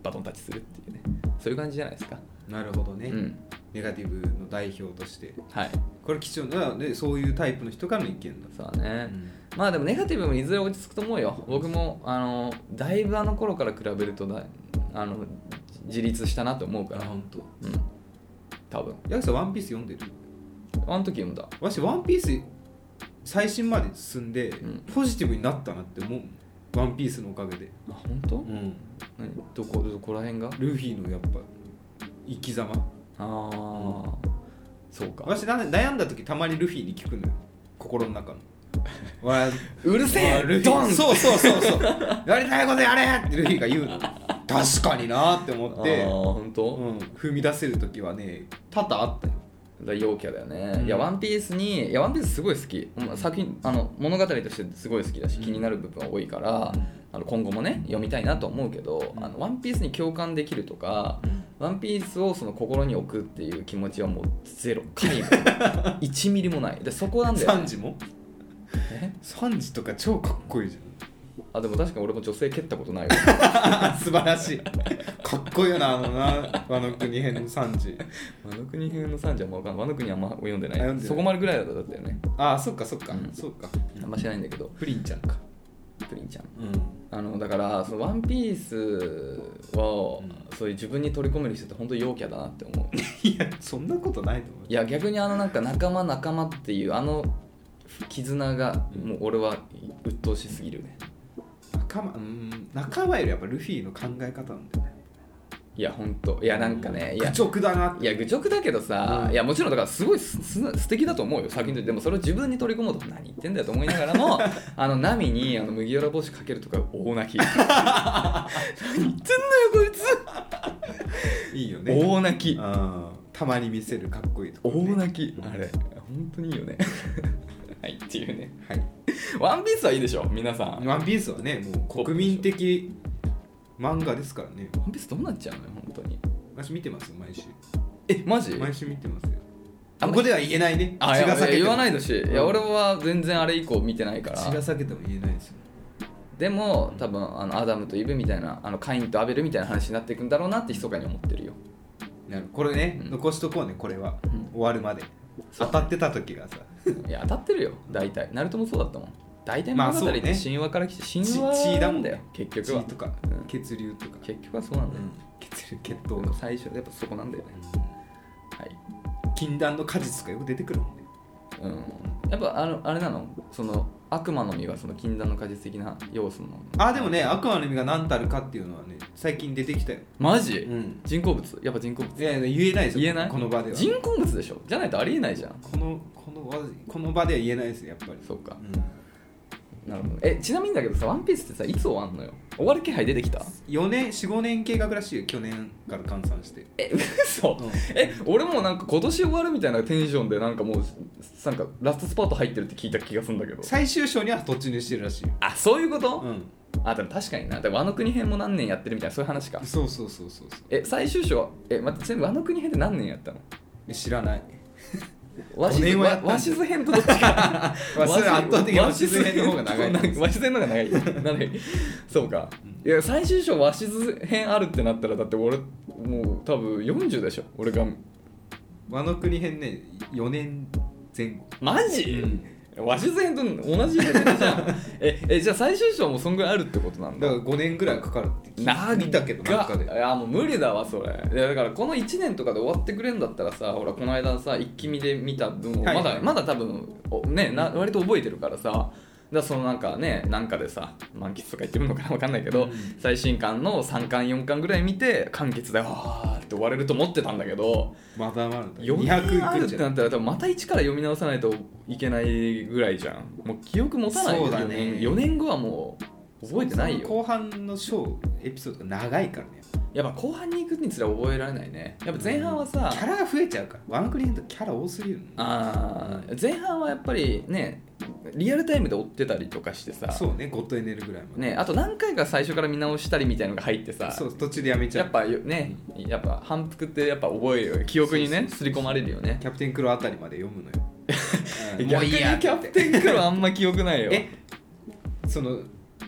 バトンタッチするっていうねそういう感じじゃないですかなるほどうね、んネガティブの代表としてはいこれ貴重なでそういうタイプの人からの意見だ、そうだね、うんまあでもネガティブもいずれ落ち着くと思うよ僕もあのだいぶあの頃から比べるとだあの自立したなと思うかあら本当。うん多分ヤクさん「ワンピース読んでるあの時読んだ私「ワンピース最新まで進んで、んポジティブになったなって思う「ワンピースのおかげで、あ本当、ん、何どこどこら辺がルフィのやっぱ生き様ああ、そうか私な悩んだ時たまにルフィに聞くのよ心の 中のわうるせえわルフドィンそうそうそうそうやりたいことやれってルフィが言うの確かになって思ってあー、本当、うん、踏み出せる時はね多々あったよだ陽キャだよね、うんいや「ワンピースにいや「ワンピースすごい好きまあ作品あの物語としてすごい好きだしうん気になる部分は多いから、うんあの今後もね読みたいなと思うけど「あのワンピースに共感できるとか「ワンピースをその心に置くっていう気持ちはもうゼロ皆無 1ミリもないでそこなんだよ、 3ね、時もえ3時とか超かっこいいじゃんあでも確かに俺も女性蹴ったこ とないわあ素晴らしいかっこいいよなあのな和の国編の3時ワノ国編の3じゃもうワノ国はあんま読んでなあい読んでないそこまでぐらいだったよねああそっかそっか、うんそっかあんま知らないんだけどプリンちゃんかプリンちゃんうんあのだからそのワンピースをうそういう自分に取り込める人って本当陽キャだなって思ういや そんなことないと思ういや逆にあのなんか仲間仲間っていうあの絆がもう俺は鬱陶しすぎるね仲間うん仲間よりやっぱルフィの考え方なんだよねいや本当いやなんかねいや愚直だなっていや愚直だけどさ、うんいやもちろんだからすごいすす素敵だと思うよ先に言ってでもそれを自分に取り込もうと何言ってんだよと思いながら もあの波にあの麦わら帽子かけるとか大泣き 何言ってんのよこいつ、いいよね大泣きうんたまに見せるかっこいいとこ大ろね、泣きあれ本当にいいよね はいっていうねはいワンピースはいいでしょ皆さんワンワンピースはねもう国民的漫画ですからねピースどうなっちゃうのよ本当に私見てますよ毎週えマジ毎週見てますよあここでは言えないねあいやいや言わないいでほしい、いや俺は全然あれ以降見てないから血が裂けても言えないですよでも多分あのアダムとイブみたいなあのカインとアベルみたいな話になっていくんだろうなって密かに思って るよなるこれね、うん残しとこうねこれは、うん終わるまで当そうたってた時がさいや当たってるよ大体ナルトもそうだったもん大体ま物あ語そっうねて神話から来て、血神話血だなもんんねだよ結血局はとか、うん血流とか、結局はそうなんうだよん、血流血ど糖うかか、最初やっぱそこなんだよねはい禁断の果実とかよく出てくるもんねうん、やっぱあのあれなのその悪魔の実はその禁断の果実的な要素のあでもね悪魔の意味が何たるかっていうのはね最近出てきたよ、マジ、うん、人工物やっぱ人工物いやいや言えないですよ言えないこの場では人工物でしょじゃないとありえないじゃんこのこの場この場では言えないですよやっぱりそっかうんなるほどえちなみにだけどさ「ワンピースってさいつ終わんのよ終わる気配出てきた4年45年計画らしいよ去年から換算してえ嘘、うんえ俺もなんか今年終わるみたいなテンションでなんかもうなんかラストスパート入ってるって聞いた気がするんだけど最終章には突入してるらしいよ、あそういうこと、うん、あでも確かになでも和の国編も何年やってるみたいなそういう話かそうそうそうそうそうえ最終章はえ待ってちなみに和の国編って何年やったのえ知らない和五室年はやったんだ和和室編とどっ ちかまあそれは圧倒的に和室編の方が長い和室編の方が長いなんでそうかいや最終章和室編あるってなったらだって俺もう多分40でしょ俺が和の国編ね4年前後マジ、和室編と同じレベルじゃんええじゃあ最終章もそんぐらいあるってことなんだだから5年ぐらいかかるってな聞いたけどなんかでいやもう無理だわそれいやだからこの1年とかで終わってくれんだったらさほらこの間さ一気見で見た分をまはだ、いはいまだ多分おねな割と覚えてるからさだからそのなんかねなんかでさ満喫とか言ってるのかな分 かんないけど、うん最新巻の3巻4巻ぐらい見て完結でわーって終われると思ってたんだけどまだまだ読みあいるくっんてじゃなないったら多分また一から読み直さないといけないぐらいじゃんもう記憶持たないよそうだね4年後はもう覚えてないよ後半の章エピソードが長いからねやっぱ後半に行くにつら覚えられないねやっぱ前半はさ、キャラが増えちゃうからワンクリーンとキャラ多すぎるのあー前半はやっぱりねリアルタイムで追ってたりとかしてさそうねゴッドエネルぐらいまで、ね、あと何回か最初から見直したりみたいのが入ってさそう途中でやめちゃやっうぱよねやっぱ反復ってやっぱ覚えるよ記憶にねすり込まれるよねキャプテンクローあたりまで読むのようん 逆にキャプテンクローあんま記憶ない よえその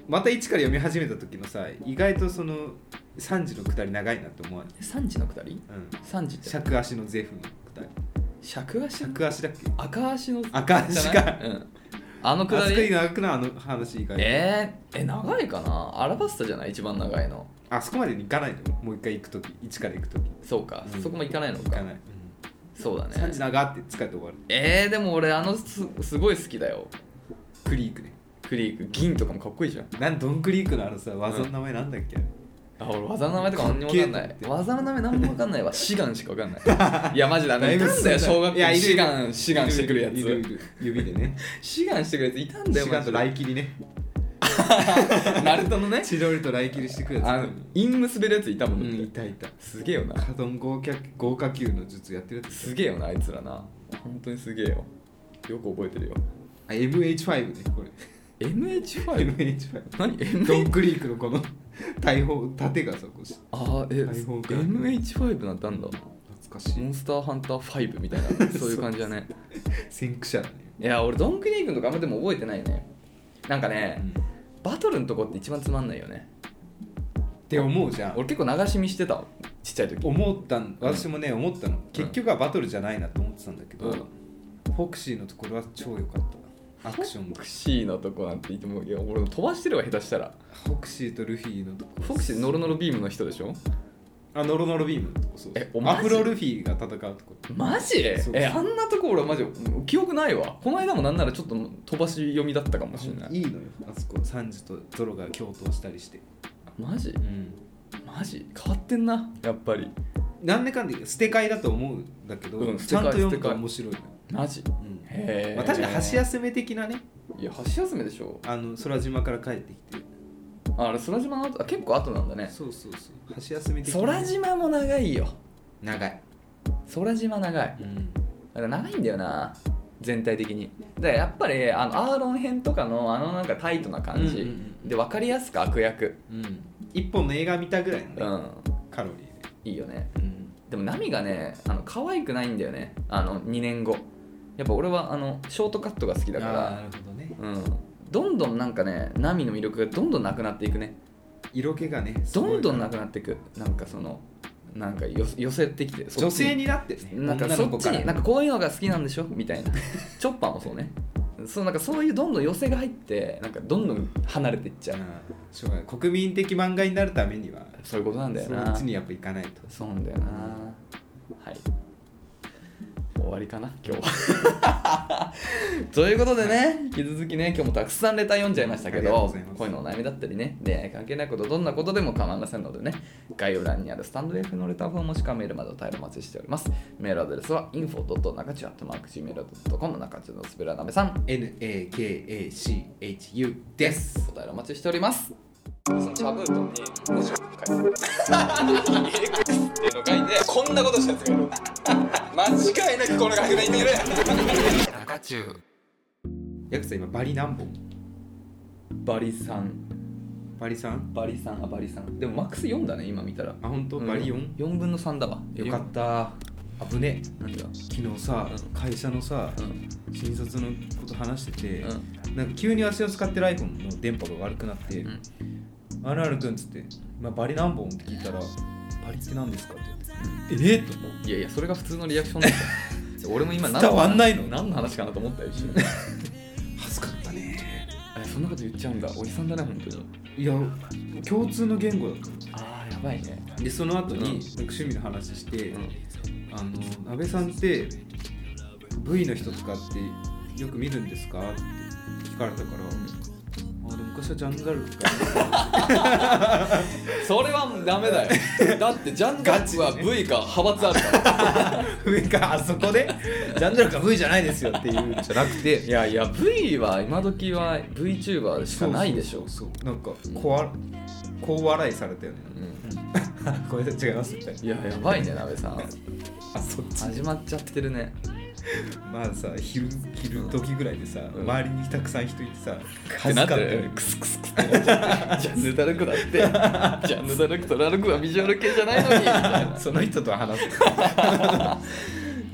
また一から読み始めた時のさ意外とその3時の下り長いなって思わない、 3時の下りうん、 3時って尺足のゼフの下り尺足尺足だっけ赤足の赤足じゃないかうん、あのあ下そこにり長くないあの話意外とえー、え長いかなアラバスタじゃない一番長いのあそこまでに行かないのよもう一回行く時一から行く時そうか、うんそこも行かないの行かかない、そうだうん、3時ね長って疲れて終わるえー、でも俺あのすすごい好きだよクリークねクリーク銀とかもかっこいいじゃんなんドンクリークのあのさ技の名前なんだっけ、あ俺技の名前とか何にも分かんなかっいけえ技の名前何も分かんない わ志願しか分かん ないいやマジだねいたんだよ小学いや校いにる志願志願してくるやいるいつる指でね志願してくるやついたんだよ志マ願とジ で来キリねナルト のねチロルと来キリしてくるあのやインム滑るやついたもつん、うんいたいたすげえよなカドン豪華豪華球の術やってるやつすげえよなあいつらな本当にすげえよよく覚えてるよあ MH5 ねこれ MH5 MH5 何ド MH ンクリークのこの大砲盾がそこしあーえ iPhone か MH5 なんてあんだ懐かしモいンスターハンター5みたい なそういう感じだね先駆者だね、いや俺ドンクリー君とかあんまでも覚えてないねなんかうね、ん、っバトルのとこって一番つまんないよねて思うじゃん俺結構流し見してたちっちゃい時思ったん私もね思ったの結局はバトルじゃないなと思ってたんだけど、うんフォクシーのところは超良かったなアクションフがォクシーのとこなんて言ってもいや俺飛ばしてるわ下手したらフォクシーとルフィのとこフォクシーノロノロビームの人でしょあノロノロビームのとこそうえおマジアフロルフィが戦うとこマジそうえあんなとこ俺マジ記憶ないわこの間もなんならちょっと飛ばし読みだったかもしれないいいのよあそこサンジとゾロが共闘したりして、マジマジ変わってんなやっぱりなんでかんで捨て替えだと思うんだけど、うんちゃんと読むと捨て替え面白いのよ、マジうんへえ、まあ、確かに箸休め的なねいや箸休めでしょあの空島から帰ってきてああれ空島の後あ結構後なんだねそうそうそう箸休め的な空島も長いよ長い、空島長いうん、だから長いんだよな全体的にだからやっぱりあのアーロン編とかのあのなんかタイトな感じ、うんうんで分かりやすく悪役うん、一本の映画見たぐらいのね、うんカロリいいよねーで、うん、でもナミがねあの可愛くないんだよねあの2年後やっぱ俺はあのショートカットが好きだあーなかるほどねらうんどんどんなんかねナミの魅力がどんどんなくなっていくね色気がねすどごいんどんなくなっていくなんかそのなんかよ寄せてきて女性にになってねなんか女そのっ子ちからになんかこういうのが好きなんでしょみたいなチョッパーもそうねそうなんかそういうどんどん寄せが入ってなんかどんどん離れていっちゃううんしょうがない国民的漫画になるためにはそういうことなんだよなそっちにやっぱ行かないとそうなんだよなはい終わりかな今日はということでね引き続きね今日もたくさんレター読んじゃいましたけありがとうどございます恋のお悩みだったりね恋愛関係ないことどんなことでも構いませんのでね概要欄にあるスタンド F のレターフォームもしくはメールまでお便りお待ちしておりますメールアドレスは info.nakachu.gmail.com 中中のすべらなべさん NAKACHU ですお便りお待ちしておりますそのチャブートに文字を書いてっていうの書いてこんなことしたやつがいる間違いなくこの学年にいる中中ヤクザ今バリ何本バリさんバリさんバリさんあバリさんでもマックス4だね今見たらあ本当バリ4、四4分の3だわよかったあぶね何が昨日さ、うん会社のさ、うん新卒のこと話してて、うんなんか急に私の使ってる iPhone の電波が悪くなって「うんあるあるくん」っつって「まあ、バリ何本?」って聞いたら「バリって何ですか?」って言って「えっ?」と思ういやいやそれが普通のリアクション だった俺も今何伝わんないの何の話かなと思ったよ一瞬恥ずかったねえ そんなこと言っちゃうんだおじさんだね本当にいや共通の言語だったああやばいねでその後に、うんなんか趣味の話して、うんあの安倍さんって V の人とかってよく見るんですか?」って聞かれたから「あでも昔はジャンヌ・ダルク か」それはダメ だよだってジャンガッチは V か派閥あるから上かあそこで「 ジャンヌ・ダルクは V じゃないですよ」っていうんじゃなくていやいや V は今時は VTuber しかないでしょうそうなんかこわこう笑いされたよね「 んこれ違います」みたいないややばいねなべさんあそっち始まっちゃってるねまあさ昼昼時ぐらいでさ、ん周りにたくさん人いてさって恥なずってかったよるねクスクスクスってジャンヌ・ダルクだってジャンヌ・ダルクとラルクはビジュアル系じゃないのにみたいなっその人とは話すて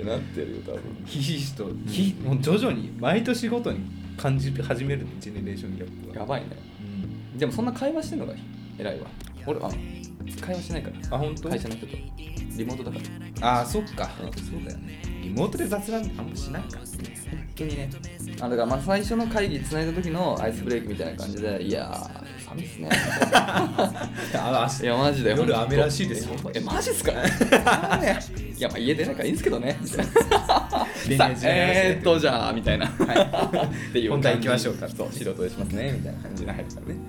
なってるよ多分ひしひしと、ひもう徐々に毎年ごとに感じ始めるねジェネレーションギャップが、やばいねうん、でもそんな会話してんのが偉いわ俺は会話しないからあ本当会社の人とリモートだからあーそっかそうだよねリモートで雑談あんましないから本当にねあだからまあ最初の会議つないだ時のアイスブレイクみたいな感じでいやー寒いっすねあいやマジで夜雨らしいですよえマジっすかいやまあ家出ないからいいんですけ どね恋さ愛時代の話えー、っとじゃあみたいな、っていう本題行きましょうかそう素人でしますねみたいな感じの入るからね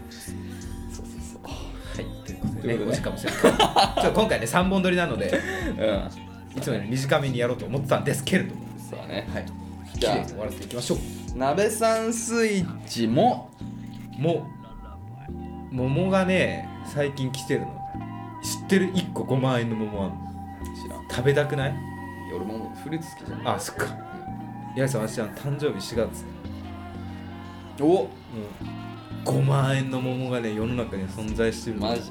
そうそうそうはいということね、で惜ねしいかもしれないちょっと今回ね3本撮りなのでうんいつもより短めにやろうと思ってたんですけれどもそうだねはい綺じ麗ゃに終わらせていきましょうあ鍋さんスイッチももう桃がね最近来てるの知ってる1個5万円の桃あんの知らんい食べたくないや俺もフルーツ好きじゃんあそっか八重さん私は誕生日4月おもう5万円の桃がね世の中に存在してるのマジ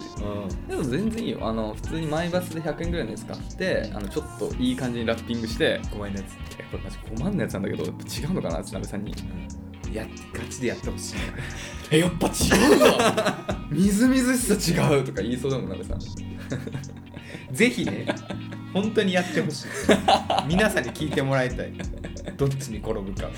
うでも全然いいよあの普通にマイバスで100円ぐらいのやつ買ってあのちょっといい感じにラッピングしてん5万円のやつ、えこれマジ5万のやつなんだけどやっぱ違うのかなって鍋さんにやガチでやってほしいえやっぱ違うわ みずみずしさ違うとか言いそうだもん鍋さんぜひ ね本当にやってほしい皆さんに聞いてもらいたいどっちに転ぶか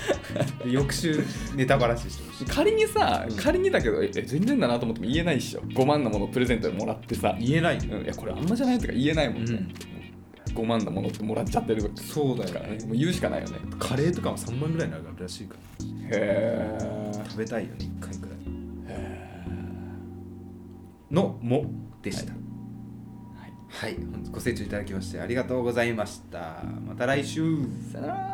で翌週ネタバラシしてほしい仮にさうん仮にだけどええ全然だなと思っても言えないっしょ5万のものをプレゼントでもらってさ、言えないうん、いやこれあんまじゃないとか言えないもんね、5万のものってもらっちゃってるそうだかよらねねもう言うしかないよねカレーとかも3万ぐらいになるらしいからへ食べたいよね1回くらいえのもでしたいはい、本日ご清聴いただきましてありがとうございましたまた来週さよなら